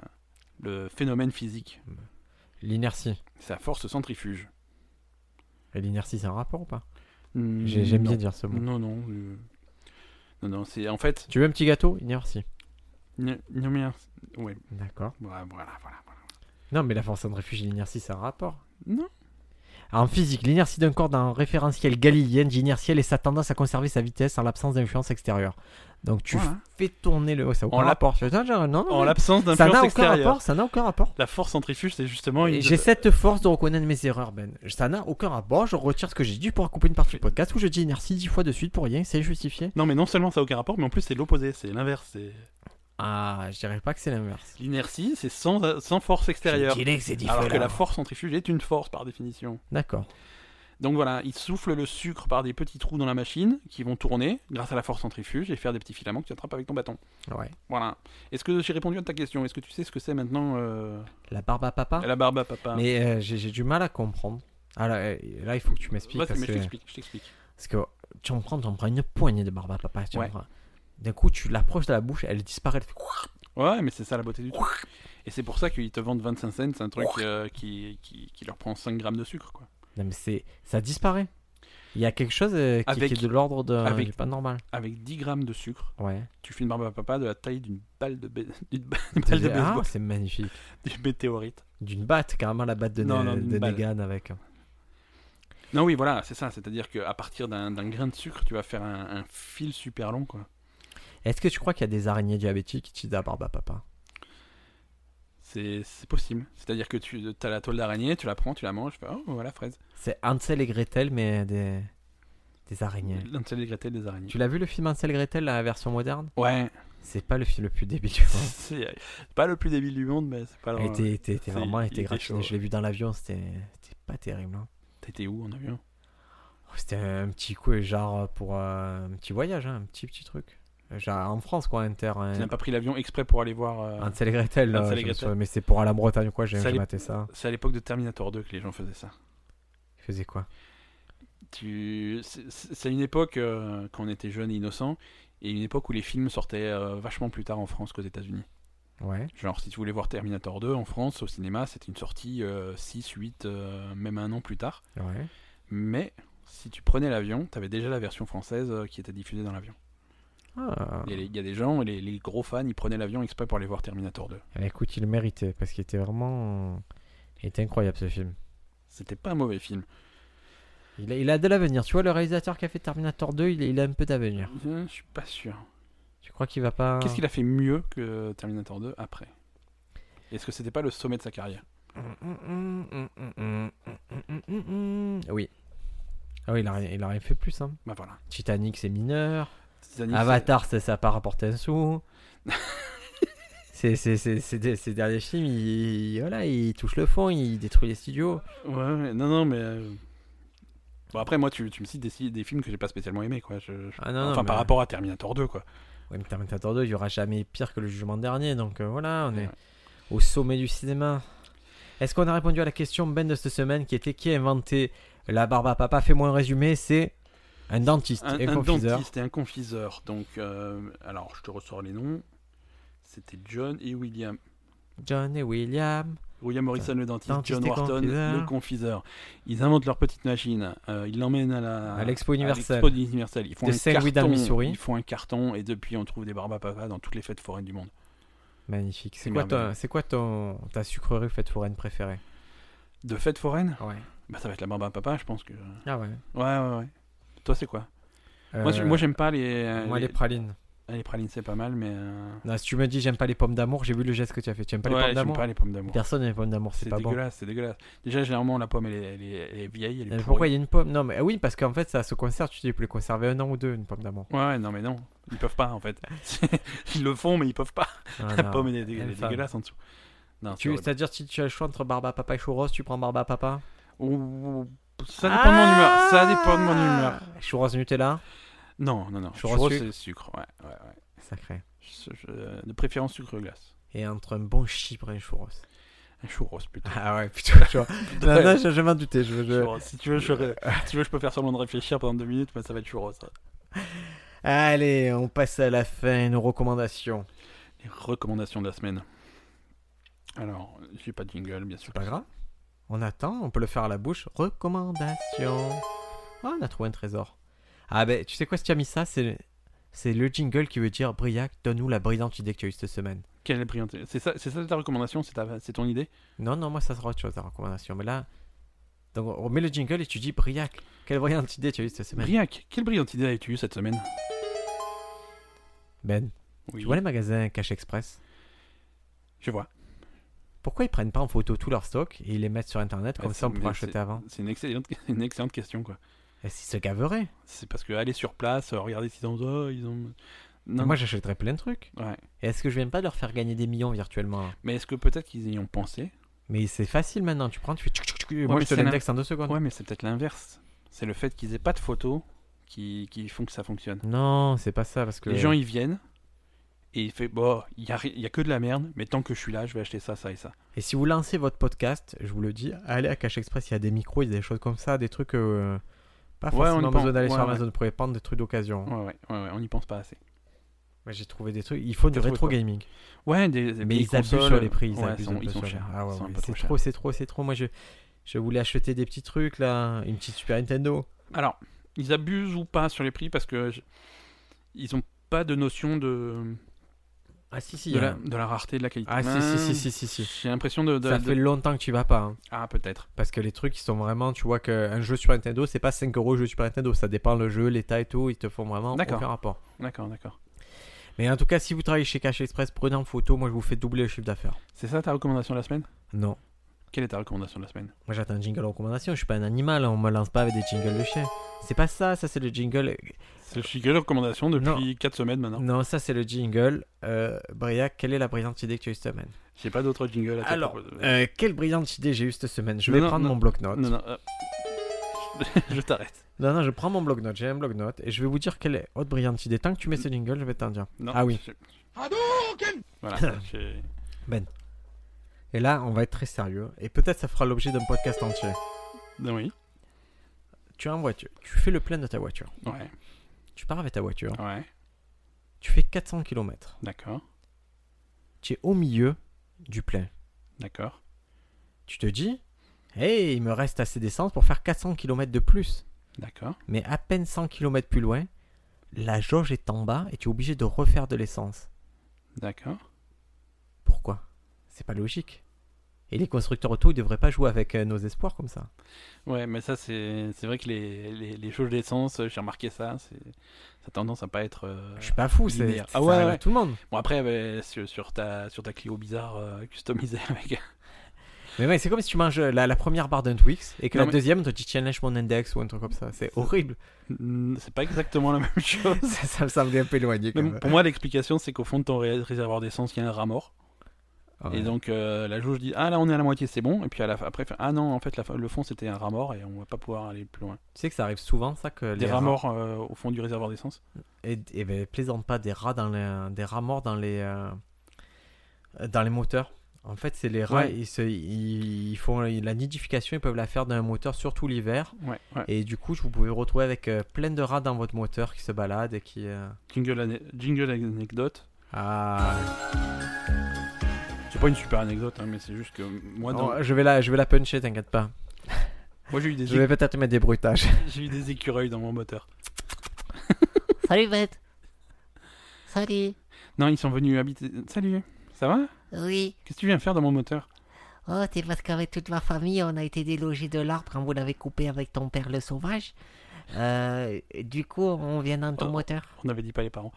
le phénomène physique, l'inertie. c'est à force centrifuge. Et l'inertie c'est un rapport ou pas J'ai- J'ai J'aime bien dire ce mot. Mm, Non, non. euh, Non, non, c'est en fait. Tu veux un petit gâteau Inertie. n- non, mais, ouais, D'accord. voilà, voilà, voilà. Non mais la force de refuge et l'inertie c'est un rapport. Non. En physique, l'inertie d'un corps dans un référentiel galiléen d'inertiel et sa tendance à conserver sa vitesse en l'absence d'influence extérieure. Donc tu Voilà. fais tourner le. Ouais, ça n'a En aucun la- rapport. Putain, j'ai- non, non, En mais- l'absence ça n'a d'influence aucun extérieure. rapport. Ça n'a aucun rapport. La force centrifuge, c'est justement une. Et J'ai cette force de reconnaître mes erreurs, Ben. Ça n'a aucun rapport. Je retire ce que j'ai dit pour couper une partie du podcast où je dis inertie dix fois de suite pour rien. C'est justifié. Non, mais non seulement ça n'a aucun rapport, mais en plus c'est l'opposé, c'est l'inverse. C'est... Ah, je dirais pas que c'est l'inverse. L'inertie, c'est sans, sans force extérieure. Je dirais que c'est différent. Alors que la force centrifuge est une force par définition. D'accord. Donc voilà, ils soufflent le sucre par des petits trous dans la machine qui vont tourner grâce à la force centrifuge et faire des petits filaments que tu attrapes avec ton bâton. Ouais. Voilà. Est-ce que j'ai répondu à ta question Est-ce que tu sais ce que c'est maintenant euh, La barbe à papa. la barbe à papa Ah. Mais euh, j'ai j'ai du mal à comprendre. Ah là, euh, là, il faut que tu m'expliques. Vas-y, parce mais je que- t'explique, je t'explique. Parce que tu en prends, tu en prends une poignée de barbe à papa. tu en Ouais. prends. D'un coup, tu l'approches de la bouche, elle disparaît. elle fait quoi Ouais, mais c'est ça la beauté du truc. Et c'est pour ça qu'ils te vendent 25 cents, c'est un truc euh, qui, qui, qui leur prend 5 grammes de sucre, quoi. Non, mais c'est, ça disparaît. Il y a quelque chose euh, qui, Avec- qui est de l'ordre de. avec- du pas normal. Avec 10 grammes de sucre, Ouais. tu fais une barbe à papa de la taille d'une balle de, ba- d'une ba- d'une balle de Ah, baseball, c'est magnifique. d'une météorite. D'une batte, carrément la batte de, Non, Ne- non, d'une de balle. Negan avec. Non, oui, voilà, c'est ça. C'est-à-dire qu'à partir d'un d'un grain de sucre, tu vas faire un, un fil super long, quoi. Est-ce que tu crois qu'il y a des araignées diabétiques qui utilisent la barbe à papa C'est c'est possible. C'est-à-dire que tu as la toile d'araignée, tu la prends, tu la manges, tu fais, oh, voilà, fraise. C'est Hansel et Gretel, mais des. Des araignées. L'Ansel et Gretel des araignées. Tu l'as vu le film Ansel Gretel, la version moderne Ouais, C'est pas le film le plus débile du monde. c'est c'est pas le plus débile du monde, mais c'est pas Elle le. était, était- était c'est- vraiment, elle il était était gratiné. chaud, Je l'ai vu dans l'avion, c'était c'était pas terrible. hein. T'étais où en avion Oh, C'était un petit coup, genre pour euh, un petit voyage, hein, un petit petit truc. Genre en France, quoi, Inter. hein. Tu n'as pas pris l'avion exprès pour aller voir. euh, Hansel et Gretel, là, Hansel et je me Gretel. souviens, mais c'est pour aller en Bretagne, quoi. J'ai Ça j'ai les- maté ça. C'est à l'époque de Terminator 2 que les gens faisaient ça. Il faisait quoi Tu... c'est- C'est une époque, euh, quand on était jeune et innocent, et une époque où les films sortaient euh, vachement plus tard en France qu'aux États-Unis. Ouais. Genre, si tu voulais voir Terminator 2 en France, au cinéma, c'était une sortie euh, 6, 8, euh, même un an plus tard. Ouais. Mais si tu prenais l'avion, t'avais déjà la version française euh, qui était diffusée dans l'avion. Ah. Il y a- il y a des gens, les, les gros fans, ils prenaient l'avion exprès pour aller voir Terminator 2. Eh, Écoute, il le méritait parce qu'il était vraiment. Il était incroyable ce film. C'était pas un mauvais film. Il a, il a de l'avenir. Tu vois, le réalisateur qui a fait Terminator 2, il, il a un peu d'avenir. Je suis pas sûr. Tu crois qu'il va pas. Qu'est-ce qu'il a fait mieux que Terminator 2 après Est-ce que c'était pas le sommet de sa carrière Oui. Ah oui, il a, rien- il a rien fait plus. Hein. Bah voilà. Titanic, c'est mineur. Titanic, Avatar, ça ça a pas rapporté un sou. C'est- c'est- c'est- c'est des- Ces derniers films, il, voilà, il touche le fond, il détruit les studios. c'est- Ouais, ouais, non, non, mais. euh, Bon, après, moi, tu, tu me cites des, des films que j'ai pas spécialement aimés, quoi. Je- je- Ah non, non, enfin, mais- par rapport à Terminator 2, quoi. Ouais, mais Terminator 2, il y aura jamais pire que le jugement dernier. Donc euh, voilà, on est Ouais. au sommet du cinéma. Est-ce qu'on a répondu à la question Ben de cette semaine qui était qui a inventé la barbe à papa Fais-moi un résumé. C'est un dentiste, Un, et un confiseur. dentiste et un confiseur. Donc, euh, alors, je te ressors les noms. C'était John et William. John et William. William Morrison le dentiste, Dentiste John et Wharton confiseur. le confiseur. Ils inventent leur petite machine, euh, ils l'emmènent à la À l'expo à universelle. l'expo universelle. Ils font De un Saint-Louis dans carton, le Missouri. ils font un carton et depuis on trouve des barbes à papa dans toutes les fêtes foraines du monde. Magnifique. C'est C'est quoi, ton, merveilleux. c'est quoi ton, ta sucrerie fête foraine préférée De fêtes foraines Ah Ouais. Bah ça va être la barbe à papa, je pense que. Ah ouais. Ouais ouais ouais. Toi c'est quoi Moi je- Euh, moi, j'aime pas les moi, les pralines. ah, les pralines c'est pas mal mais euh, Non, si tu me dis j'aime pas les pommes d'amour, j'ai vu le geste que tu as fait. Tu aimes pas ouais, les pommes j'aime d'amour pas les pommes d'amour. Personne n'aime les pommes d'amour, c'est C'est pas bon. dégueulasse, c'est dégueulasse. Déjà généralement la pomme elle est, elle est- elle est vieille, elle est Mais pourrie. Euh, pourquoi il y a une pomme Non, mais ah oui, parce qu'en fait, ça se conserve. Tu dis, peux les conserver un an ou deux, une pomme d'amour. Ouais, ouais, non mais non, ils peuvent pas en fait. ils le font mais ils peuvent pas. Ah, La non. pomme elle est, dég- elle est Infâme. dégueulasse en dessous. Non, c'est Tu- horrible. C'est-à-dire, si tu as le choix entre Barba Papa et Churros, tu prends Barba Papa Ah Ouh, Ça dépend de mon humeur. Ça dépend de mon humeur. Churros Nutella Non, non, non. Churros Churros, sucre. c'est sucre. Ouais, ouais, ouais. Sacré. Je- je- de préférence sucre glace. Et entre un bon chypre et un Churros. Un churros plutôt. Ah ouais, putain, tu vois. non, Ouais, non, je, je m'en doutais. Je, je- churros. Si tu veux, je, si tu veux, je peux faire semblant de réfléchir pendant deux minutes, mais ça va être churros. hein. Allez, on passe à la fin, nos recommandations. Les recommandations de la semaine. Alors, j'ai pas de jingle, bien sûr. C'est pas grave. On attend, on peut le faire à la bouche. Recommandation. Ah, on a trouvé un trésor. Ah ben, tu sais quoi, si tu as mis ça, c'est c'est le jingle qui veut dire Briac, donne-nous la brillante idée que tu as eue cette semaine. Quelle est brillante C'est ça, c'est ça ta recommandation C'est ta- c'est ton idée Non, non, moi ça sera autre chose la recommandation. Mais là, donc on met le jingle et tu dis Briac, quelle brillante idée tu as eue cette semaine. Briac, quelle brillante idée as-tu eu cette semaine Ben, Oui, tu vois les magasins Cash Express je vois. Pourquoi ils prennent pas en photo tout leur stock et ils les mettent sur internet Ouais, comme Bah, c'est- ça on pourra mais c'est- acheter avant C'est une excellente, une excellente question, quoi. Et s'ils se gaveraient C'est parce que aller sur place, euh, regarder s'ils ont. oh, ils ont... Non, Moi j'achèterais plein de trucs. ouais. Et est-ce que je viens pas de leur faire gagner des millions virtuellement là Mais est-ce que peut-être qu'ils y ont pensé Mais c'est facile maintenant, tu prends, tu fais tchouc, tchouc, tchouc, et moi mais je te c'est l'indexe en deux secondes. Ouais, mais c'est peut-être l'inverse. C'est le fait qu'ils aient pas de photos qui, qui font que ça fonctionne. Non, c'est pas ça parce que. Les gens, ils viennent et ils font Bon, il n'y a, ri- y a que de la merde, mais tant que je suis là, je vais acheter ça, ça et ça. Et si vous lancez votre podcast, je vous le dis, allez à Cash Express, il y a des micros, il y a des choses comme ça, des trucs. euh, pas Ouais, on y forcément besoin pense. d'aller sur Ouais, ouais. Amazon pour les prendre, des trucs d'occasion. Ouais, ouais, ouais, ouais, on n'y pense pas assez. Moi j'ai trouvé des trucs, il faut du T'as trouvé rétro quoi gaming. Ouais, des, des Mais vieilles ils abusent consoles, sur les prix, ils ouais, abusent sont- un peu ils sont sur les- chers. Ah ouais, Ils sont un ouais, peu c'est trop chers. trop, c'est trop, c'est trop. Moi je, je voulais acheter des petits trucs là, une petite Super Nintendo. Alors, ils abusent ou pas sur les prix parce que je- ils ont pas de notion de, Ah si, si. de, la, de la rareté, de la qualité. Ah si, Ben, si, si, si, si, si. J'ai l'impression de. de- Ça de- fait longtemps que tu y vas pas. hein. Ah, peut-être. Parce que les trucs, ils sont vraiment. Tu vois qu'un jeu Super Nintendo, c'est pas 5 euros le jeu Super Nintendo. Ça dépend le jeu, l'état et tout. Ils te font vraiment D'accord. aucun rapport. D'accord, d'accord. Mais en tout cas, si vous travaillez chez Cash Express, prenez en photo. Moi, je vous fais doubler le chiffre d'affaires. C'est ça ta recommandation de la semaine Non. Quelle est ta recommandation de la semaine Moi j'attends un jingle recommandation, je suis pas un animal, on me lance pas avec des jingles de chien. C'est pas ça, ça c'est le jingle. C'est le jingle recommandation depuis 4 semaines maintenant. Non, ça c'est le jingle. Euh, Briac, quelle est la brillante idée que tu as eu cette semaine J'ai pas d'autre jingle à te Alors, proposer. euh, quelle brillante idée j'ai eu cette semaine Je Non, vais non, prendre non. mon bloc-notes. Non, non, euh, je t'arrête. Non, non, je prends mon bloc-notes, j'ai un bloc-notes et je vais vous dire quelle est autre brillante idée. Tant que tu mets ce jingle, je vais t'en dire. Non, Ah oui. je- Voilà, j'ai- Et là, on va être très sérieux et peut-être ça fera l'objet d'un podcast entier. Non, oui. Tu es en voiture, tu fais le plein de ta voiture, Ouais, tu pars avec ta voiture, ouais, tu fais 400 km, d'accord, tu es au milieu du plein. d'accord. Tu te dis, hey, il me reste assez d'essence pour faire 400 km de plus. D'accord. Mais à peine 100 km plus loin, la jauge est en bas et tu es obligé de refaire de l'essence. D'accord. Pourquoi C'est pas logique. Et les constructeurs auto, ils devraient pas jouer avec euh, nos espoirs comme ça. Ouais, mais ça, c'est c'est vrai que les, les, les jauges d'essence, euh, j'ai remarqué ça, c'est- ça a tendance à pas être. euh, Je suis pas fou, c'est linéaire. Ah ça ouais, arrive à ouais. tout le monde. Bon, après, euh, sur, sur ta, sur ta Clio bizarre euh, customisée avec. Mais ouais, c'est comme si tu manges euh, la, la première barre d'un Twix et que Non, la mais- deuxième, toi, tu challenge mon index ou un truc comme ça. C'est horrible. Mm, c'est pas exactement la même chose. ça, ça me semble un peu éloigné Mais quand même. pour moi, l'explication, c'est qu'au fond de ton ré- réservoir d'essence, il y a un rat mort. Ah ouais. Et donc, euh, la jauge dit Ah, là, on est à la moitié, c'est bon. Et puis, à la, après, fait, Ah non, en fait, la, le fond, c'était un rat mort et on va pas pouvoir aller plus loin. Tu sais que ça arrive souvent, ça, que Des les rats rats- morts euh, au fond du réservoir d'essence Et, et ben, plaisante pas des rats dans les, des rats morts dans les euh, dans les moteurs. En fait, c'est les rats, Ouais. ils, se, ils, ils font la nidification, ils peuvent la faire d'un moteur surtout l'hiver. Ouais, ouais. Et du coup, vous pouvez vous retrouver avec euh, plein de rats dans votre moteur qui se baladent et qui. euh, Jingle, ane- jingle anecdote. Ah. C'est pas une super anecdote, hein, mais c'est juste que moi, dans- Non, je vais la, je vais la puncher, t'inquiète pas. moi j'ai eu, des Je vais éc- peut-être mettre des bruitages. j'ai eu des écureuils dans mon moteur. Salut bête. Salut. Non, ils sont venus habiter. Salut, ça va Oui. Qu'est-ce que tu viens faire dans mon moteur Oh, c'est parce qu'avec toute ma famille, on a été délogé de l'arbre quand vous l'avez coupé avec ton père le sauvage. Euh, du coup, on vient dans ton Oh. moteur. On n'avait dit pas les parents.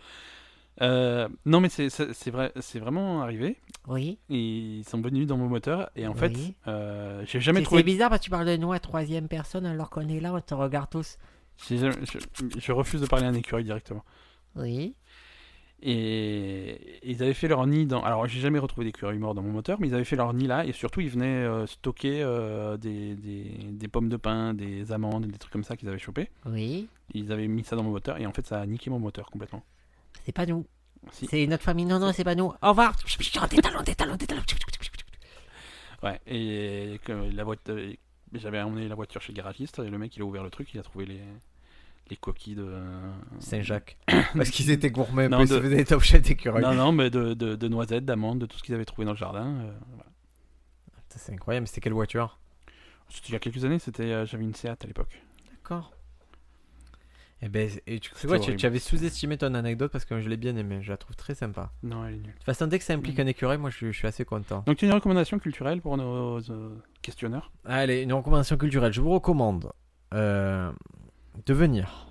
Euh, non, mais c'est c'est- c'est vrai, c'est vraiment arrivé. Oui. Ils sont venus dans mon moteur et en Oui. fait, euh, j'ai jamais C'est trouvé. c'est bizarre parce que tu parles de nous à troisième personne alors qu'on est là, on te regarde tous. j'ai jamais- Je, je refuse de parler à un écureuil directement. Oui. Et ils avaient fait leur nid dans. Alors, j'ai jamais retrouvé d'écureuil mort dans mon moteur, mais ils avaient fait leur nid là et surtout ils venaient euh, stocker euh, des, des- des pommes de pin, des amandes, des trucs comme ça qu'ils avaient chopé. Oui. Ils avaient mis ça dans mon moteur et en fait, ça a niqué mon moteur complètement. C'est pas nous. Si. C'est notre famille. Non, non, c'est pas nous. Au revoir. Des talons, des talons, des talons. Ouais, et que la voiture, j'avais emmené la voiture chez le garagiste, et le mec il a ouvert le truc, il a trouvé les, les coquilles de. Saint-Jacques. Parce qu'ils étaient gourmets, Non, parce qu'ils de- faisaient des top chefs d'écureuils. Non, non, mais de, de, de noisettes, d'amandes, de tout ce qu'ils avaient trouvé dans le jardin. euh, voilà. Putain, C'est incroyable, c'était quelle voiture C'était il y a quelques années, c'était, euh, j'avais une Seat à l'époque. D'accord. Et ben, et tu, c'est quoi, tu, horrible. tu avais sous-estimé ton anecdote parce que je l'ai bien aimée, je la trouve très sympa. Non, elle est nulle. De toute façon, dès que ça implique un écureuil, moi je, je suis assez content. Donc, tu as une recommandation culturelle pour nos euh, questionneurs Allez, une recommandation culturelle. Je vous recommande euh, de venir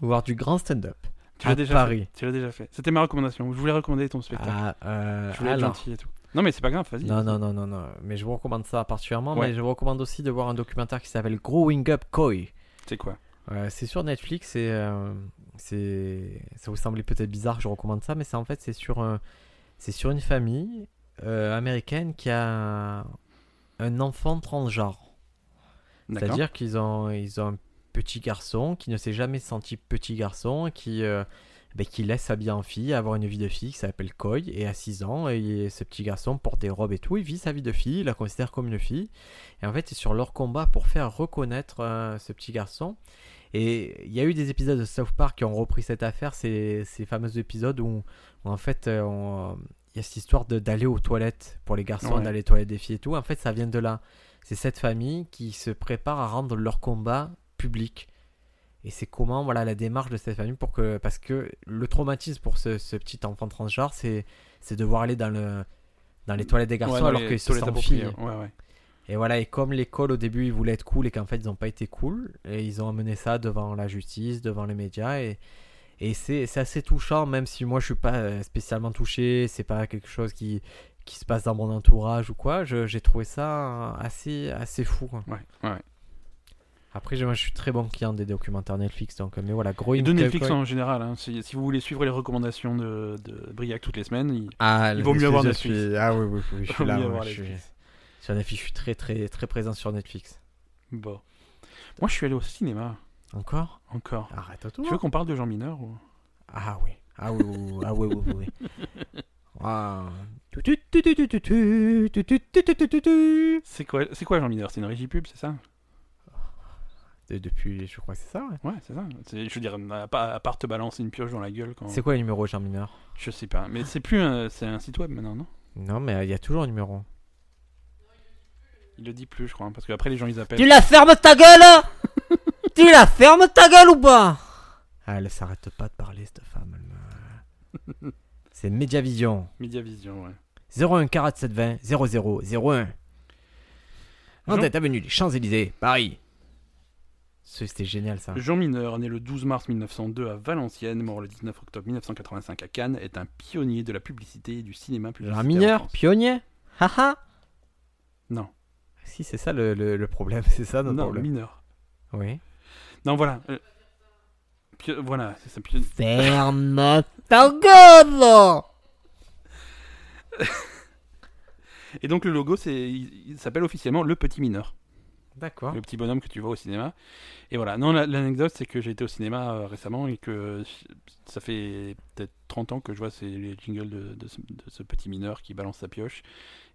voir du grand stand-up Tu l'as À déjà Paris. fait. Tu l'as déjà fait. C'était ma recommandation. Je voulais recommander ton spectacle. à euh, je voulais être Alain. gentil et tout. Non, mais c'est pas grave, vas-y. Non, non, non, non, non. Mais je vous recommande ça particulièrement. Ouais. Mais je vous recommande aussi de voir un documentaire qui s'appelle Growing Up Koi. C'est quoi Euh, c'est sur Netflix et euh, c'est ça vous semblait peut-être bizarre que je recommande ça mais c'est en fait c'est sur un- c'est sur une famille euh, américaine qui a un enfant transgenre D'accord. c'est-à-dire qu'ils ont ils ont un petit garçon qui ne s'est jamais senti petit garçon qui euh, ben, qui laisse sa vie en fille avoir une vie de fille qui s'appelle Koi et à 6 ans et ce petit garçon porte des robes et tout il vit sa vie de fille il la considère comme une fille et en fait c'est sur leur combat pour faire reconnaître euh, ce petit garçon et il y a eu des épisodes de South Park qui ont repris cette affaire, ces, ces fameux épisodes où, où en fait euh, on- il y a cette histoire de- d'aller aux toilettes pour les garçons, Ouais. d'aller aux toilettes des filles et tout. En fait, ça vient de là. C'est cette famille qui se prépare à rendre leur combat public. Et c'est comment voilà la démarche de cette famille pour que parce que le traumatisme pour ce, ce petit enfant transgenre c'est c'est de voir aller dans le dans les toilettes des garçons Ouais, non, alors les qu'ils se toilettes sentent appropriées. filles. Ouais, ouais. Et voilà, et comme l'école au début ils voulaient être cool et qu'en fait ils n'ont pas été cool, et ils ont amené ça devant la justice, devant les médias, et, et c'est c'est assez touchant, même si moi je suis pas euh, spécialement touché, c'est pas quelque chose qui, qui se passe dans mon entourage ou quoi, je- j'ai trouvé ça euh, assez, assez fou. quoi. Ouais, ouais. Après, je- moi, je suis très bon client des documentaires Netflix, donc euh, mais voilà, gros Et de Intel, Netflix quoi. en général, hein, si, si vous voulez suivre les recommandations de, de Briac toutes les semaines, il- Ah, Il le vaut mieux avoir je Netflix. suis- Ah oui, oui, oui, je suis Vaut là. mieux ouais, avoir je suis- Netflix. Sur Netflix, je suis très, très, très présent sur Netflix. bon. Moi, je suis allé au cinéma Encore encore. Arrête Tu veux qu'on parle de Jean Mineur ou... Ah oui, ah oui, oui, oui, ah oui, oui, oui, oui. Ah. Tu, tu, tu, tu, tu, tu, tu, tu, tu, tu, tu, tu, tu, tu. C'est quoi, c'est quoi Jean Mineur C'est une régie pub, c'est ça Et Depuis, je crois que c'est ça. ouais. Ouais, c'est ça. C'est- je veux dire, à part, à part te balancer une pioche dans la gueule quand. C'est quoi le numéro, Jean Mineur Je sais pas. Mais c'est plus un, c'est un site web maintenant, non Non, mais euh, il y a toujours un numéro. Il le dit plus, je crois, hein, parce qu'après les gens ils appellent. Tu la fermes ta gueule hein Tu la fermes ta gueule ou pas Ah, elle s'arrête pas de parler, cette femme. elle me- c'est Mediavision. Mediavision, ouais. 01 47 20 00 01. On Jean- est avenue des Champs-Élysées, Paris. Ce- C'était génial, ça. Jean Mineur, né le 12 mars 1902 à Valenciennes, mort le 19 octobre 1985 à Cannes, est un pionnier de la publicité et du cinéma publicitaire. Jean en Mineur, France. pionnier Haha Non. Si, c'est ça le, le- le problème, c'est ça notre Non, problème. Mineur. Oui. Non, voilà. euh, pio- Voilà, c'est ça. pio- Ferme ta gueule Et donc le logo, c'est, il, il s'appelle officiellement le petit mineur, D'accord. le petit bonhomme que tu vois au cinéma. Et voilà. Non, la- l'anecdote, c'est que j'ai été au cinéma euh, récemment et que je- ça fait peut-être 30 ans que je vois ces, les jingles de, de ce, de ce petit mineur qui balance sa pioche.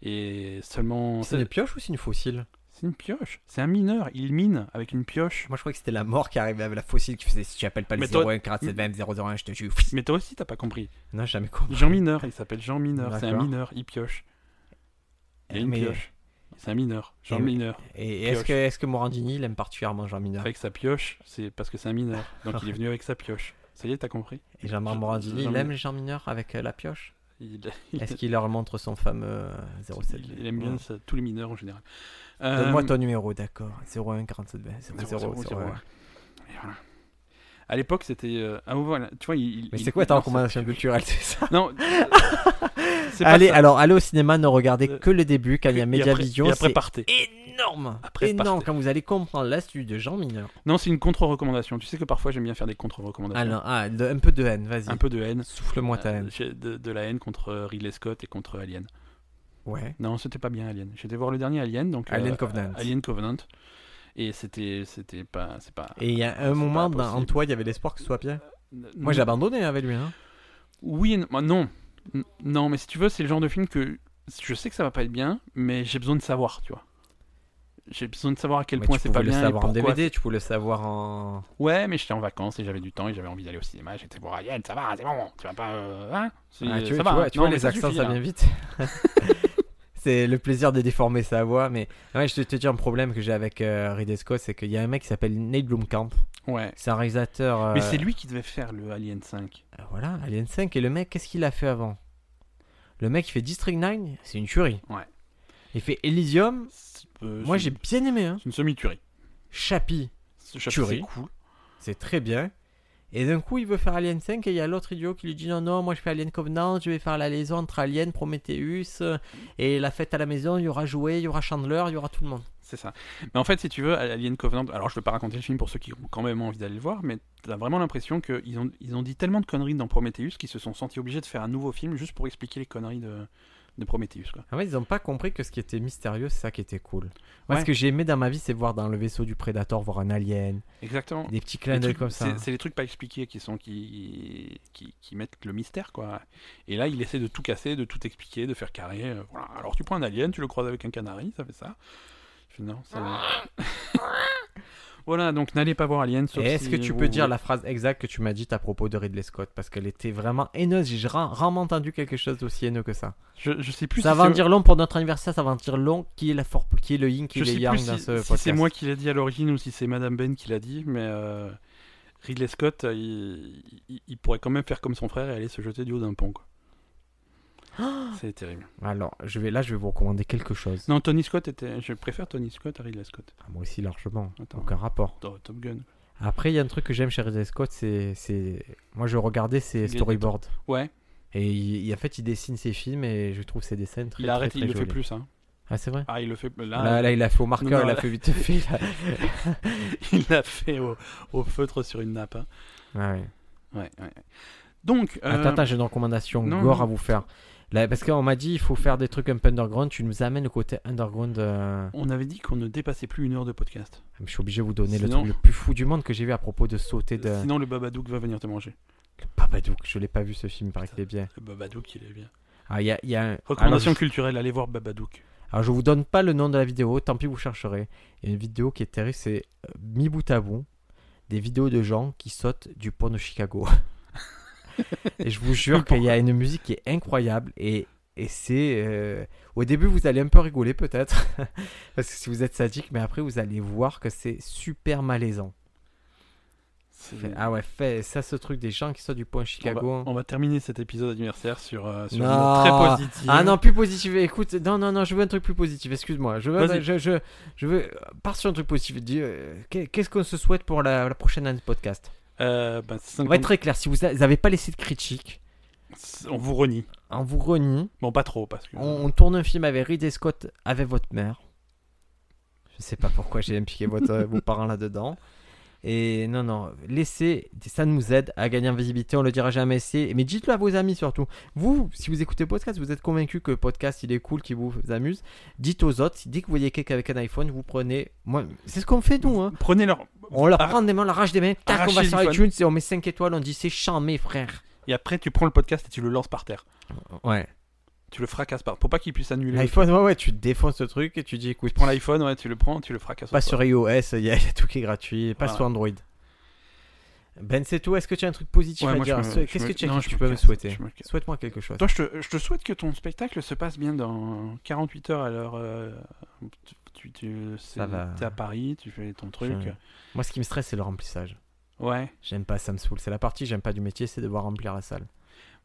Et seulement. C'est une pioche ou c'est une fossile c'est une pioche. C'est un mineur. Il mine avec une pioche. Moi, je crois que c'était la mort qui arrivait avec la fossile qui faisait si tu appelles pas le Mais toi- 01 47 20 01, je te jure. Mais toi aussi, t'as pas compris. Non, j'ai jamais compris. Jean Mineur, il s'appelle Jean Mineur. C'est un D'accord. mineur. Il pioche. Il a une Mais- pioche. C'est un mineur. Jean Et- Mineur. Et et est-ce Pioche. que, est que Morandini il aime particulièrement Jean Mineur Avec sa pioche, c'est parce que c'est un mineur. Donc il est venu avec sa pioche. Ça y est, t'as compris Et Jean Jean- Morandini, Jean il aime Mineur. Jean Mineur avec euh, la pioche Il, il- Est-ce qu'il leur montre son fameux euh, 07 il- il aime bien ça, tous les mineurs en général. Euh, Donne-moi ton numéro, d'accord. 01 47 20 00 zéro, zéro, zéro, 01. ouais. Et voilà. À l'époque, c'était. euh, Ah, voilà. Tu vois, il. Mais il- c'est quoi ta non, recommandation culturelle, c'est ça Non. euh, c'est pas Allez, ça. alors, allez au cinéma, ne regardez Euh, que le début quand il y a Et Mediavision. après- Et après, c'est partez. énorme, Après, énorme partez. quand vous allez comprendre l'astuce de Jean Mineur. Non, c'est une contre-recommandation. Tu sais que parfois, j'aime bien faire des contre-recommandations. Alors, ah, de- un peu de haine, vas-y. Un peu de haine. Souffle-moi ta Euh, haine. j'ai- de, de la haine contre Ridley Scott et contre Alien. Ouais. Non, c'était pas bien Alien. J'étais voir le dernier Alien, donc euh, Alien Covenant. Alien Covenant. Et c'était, c'était pas, c'est pas. Et il y a ah, c'est un moment, pas dans- en possible. Mm. toi, il y avait l'espoir que ce soit bien. Moi, Non. j'ai abandonné avec lui. Hein. Oui, et non. non, N- non, mais si tu veux, c'est le genre de film que je sais que ça va pas être bien, mais j'ai besoin de savoir, tu vois. J'ai besoin de savoir à quel Mais point tu c'est pas pouvais bien le et savoir en pourquoi DVD, tu pouvais le savoir en. c'est- Ouais, mais j'étais en vacances et j'avais du temps et j'avais envie d'aller au cinéma. J'étais voir Alien, ça va, c'est bon, tu vas pas, euh, hein C'est- Ah, tu ça va, vois, tu vois, hein. tu Non, vois, mais les accents, suffit, ça là. vient vite. c'est le plaisir de déformer sa voix. Mais ah ouais, je te, te dis un problème que j'ai avec euh, Ridley Scott, c'est qu'il y a un mec qui s'appelle Nate Blomkamp. Ouais. C'est un réalisateur. euh, Mais c'est lui qui devait faire le Alien 5. euh, Voilà, Alien 5. Et le mec, qu'est-ce qu'il a fait avant Le mec, il fait District 9, c'est une tuerie. Ouais. Il fait Elysium. C'est- euh, Moi, c'est- j'ai bien aimé. Hein. c'est une semi-tuerie. Chappie. Ce chapitre, Tuerie. C'est cool. C'est très bien. Et d'un coup, il veut faire Alien 5 et il y a l'autre idiot qui lui dit non, non, moi je fais Alien Covenant, je vais faire la liaison entre Alien, Prometheus euh, et la fête à la maison, il y aura joué, il y aura Chandler, il y aura tout le monde. C'est ça. Mais en fait, si tu veux, Alien Covenant, alors je ne veux pas raconter le film pour ceux qui ont quand même envie d'aller le voir, mais tu as vraiment l'impression qu'ils ont, ils ont dit tellement de conneries dans Prometheus qu'ils se sont sentis obligés de faire un nouveau film juste pour expliquer les conneries de, de Prometheus. Quoi. En fait, ils n'ont pas compris que ce qui était mystérieux, c'est ça qui était cool. Moi, Ouais. ce que j'ai aimé dans ma vie, c'est voir dans le vaisseau du Predator, voir un alien, Exactement. des petits Les clins d'œil trucs- comme ça. hein. C'est, c'est les trucs pas expliqués qui, sont, qui, qui, qui mettent le mystère. quoi. Et là, il essaie de tout casser, de tout expliquer, de faire carré. euh, voilà. Alors tu prends un alien, tu le croises avec un canari, ça fait ça. Je fais, non, ça va. voilà, donc n'allez pas voir Alien. Et sauf est-ce si que tu vous peux dire voulez- la phrase exacte que tu m'as dite à propos de Ridley Scott Parce qu'elle était vraiment haineuse, j'ai ra- rarement entendu quelque chose d'aussi haineux que ça. Je, je sais plus ça si va en c'est- dire long pour notre anniversaire, ça va en dire long qui est, la for- qui est le yin, qui Je est le sais yang plus si, dans ce si podcast. c'est moi qui l'ai dit à l'origine ou si c'est Madame Ben qui l'a dit, mais euh, Ridley Scott, euh, il, il- il pourrait quand même faire comme son frère et aller se jeter du haut d'un pont. quoi. Ah C'est terrible. Alors, je vais, là, je vais vous recommander quelque chose. Non, Tony Scott était. Je préfère Tony Scott à Ridley Scott. Ah, moi aussi, largement. Attends. Aucun rapport. Dans Top Gun. Après, il y a un truc que j'aime chez Ridley Scott, c'est. c'est- Moi, je regardais ses Il est storyboards. Ouais. Et il, il- en fait, il dessine ses films et je trouve ses dessins très Il très, arrête, très il le fait jolis. plus, hein. Ah, c'est vrai Ah, il le fait là. Là, là, il a fait au marqueur, Non, il non, l'a là- fait vite fait. là. il l'a fait au, au feutre sur une nappe. hein. Ah ouais. Ouais, ouais, ouais. Donc, euh, Attends, attends, j'ai une recommandation non, gore non. à vous faire. Là, parce qu'on m'a dit, il faut faire des trucs un peu underground. Tu nous amènes le côté underground. euh, on avait dit qu'on ne dépassait plus une heure de podcast. Ah, Je suis obligé de vous donner Sinon- le truc le plus fou du monde que j'ai vu à propos de sauter de. Sinon, le Babadook va venir te manger. Le Babadook, je l'ai pas vu ce film, il paraît qu'il est bien. Le Babadook, il est bien. Ah, il y a, il y a un- Recommandation alors, je... culturelle, allez voir Babadook. alors, je vous donne pas le nom de la vidéo, tant pis, vous chercherez. Il y a une vidéo qui est terrible, c'est euh, mi bout à bout, des vidéos de gens qui sautent du pont de Chicago. et je vous jure qu'il y a une musique qui est incroyable et. Et c'est. euh, Au début, vous allez un peu rigoler, peut-être, parce que si vous êtes sadique, mais après, vous allez voir que c'est super malaisant. C'est- Fait- Ah ouais, fait ça ce truc des gens qui sortent du point On Chicago. hein. va, on va terminer cet épisode anniversaire sur, euh, sur une Non. note très positive. Ah non, plus positif. Écoute, non, non, non, je veux un truc plus positif. Excuse-moi. Je veux, Vas-y. je, je, je veux. Pars sur un truc positif. Dis, euh, qu'est- Qu'est-ce qu'on se souhaite pour la, la prochaine année de podcast Euh, bah, 50 On va être très clair. Si vous n'avez pas laissé de critique, on vous renie. on vous renie. Bon, pas trop, parce que. On, on tourne un film avec Ridley Scott avec votre mère. Je sais pas pourquoi j'ai impliqué votre, vos parents là-dedans. Et non, non, laissez, ça nous aide à gagner en visibilité, on le dira jamais assez. Mais dites-le à vos amis surtout. Vous, si vous écoutez le podcast, vous êtes convaincu que le podcast il est cool, qu'il vous amuse. Dites aux autres, dès que vous voyez quelqu'un avec un iPhone, vous prenez. Moi, c'est ce qu'on fait nous. Hein. Prenez leur. On leur Arra- prend des mains, on leur arrache des mains, tac, on va Arrachez sur l'iPhone. iTunes et on met 5 étoiles, on dit c'est charmé frère. Et après, tu prends le podcast et tu le lances par terre. Ouais. Tu le fracasses par. Pour pas qu'il puisse annuler. Tu L'iPhone, ouais, ouais, tu défonces ce truc et tu dis écoute, prends l'iPhone, ouais, tu le prends, tu le fracasses. au Pas sol. sur iOS, il y, a il y a tout qui est gratuit, pas Voilà. sur Android. Ben, c'est tout. Est-ce que tu as un truc positif Ouais, à moi, je dire me- Ce- je Qu'est-ce me- que tu, as- non, que je tu me peux me casse, souhaiter je me casse. Souhaite-moi quelque chose. Toi, je te, je te souhaite que ton spectacle se passe bien dans 48 heures à l'heure. euh, tu- tu, tu, c'est- Ça va. T'es à Paris, tu fais ton truc. Moi, ce qui me stresse, c'est le remplissage. Ouais. J'aime pas, ça me saoule. C'est la partie que j'aime pas du métier, c'est devoir remplir la salle.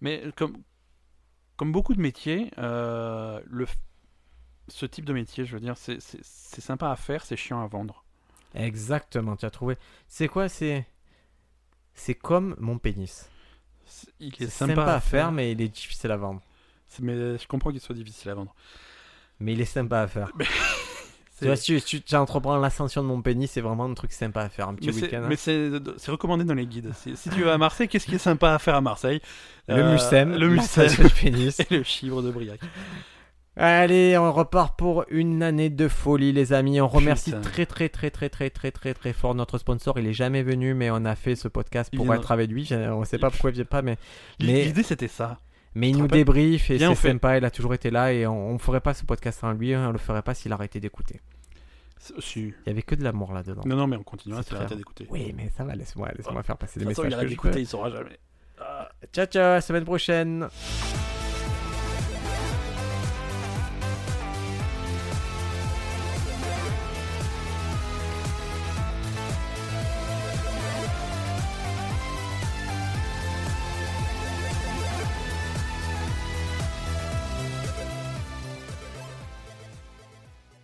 Mais euh, comme, comme beaucoup de métiers, euh, le, f- ce type de métier, je veux dire, c'est c'est- c'est sympa à faire, c'est chiant à vendre. Exactement, tu as trouvé. C'est quoi C'est c'est comme mon pénis. C'est- Il est, C'est sympa, à faire, mais il est difficile à vendre. C'est- mais... je comprends qu'il soit difficile à vendre. Mais il est sympa à faire. Tu C'est- vois, si tu, tu entreprends l'ascension de mon pénis, c'est vraiment un truc sympa à faire. Un petit Mais c'est week-end. hein. mais c'est- c'est recommandé dans les guides. Si, si tu vas à Marseille, qu'est-ce qui est sympa à faire à Marseille Le Euh, mucem, le l'ascension mucem du pénis. et le chivre de Briac. Allez, on repart pour une année de folie, les amis. On remercie Putain. très, très, très, très, très, très, très, très fort notre sponsor. Il est jamais venu, mais on a fait ce podcast Il pour viendra. être avec lui. On sait pas pourquoi il vient pas, mais, L'i- mais, L'idée, c'était ça. mais te il nous rappelles débriefe et Bien c'est fait. sympa. Il a toujours été là et on, on ferait pas ce podcast sans lui. On le ferait pas s'il arrêtait d'écouter. C'est- si. Il y avait que de l'amour là-dedans. Non, non, mais on continuera, C'est c'est très arrêté rare. d'écouter. Oui, mais ça va, laisse-moi laisse moi faire passer De des toute façon, messages. il arrête que je peux. d'écouter, il saura jamais. Ah. Ciao, ciao, à la semaine prochaine.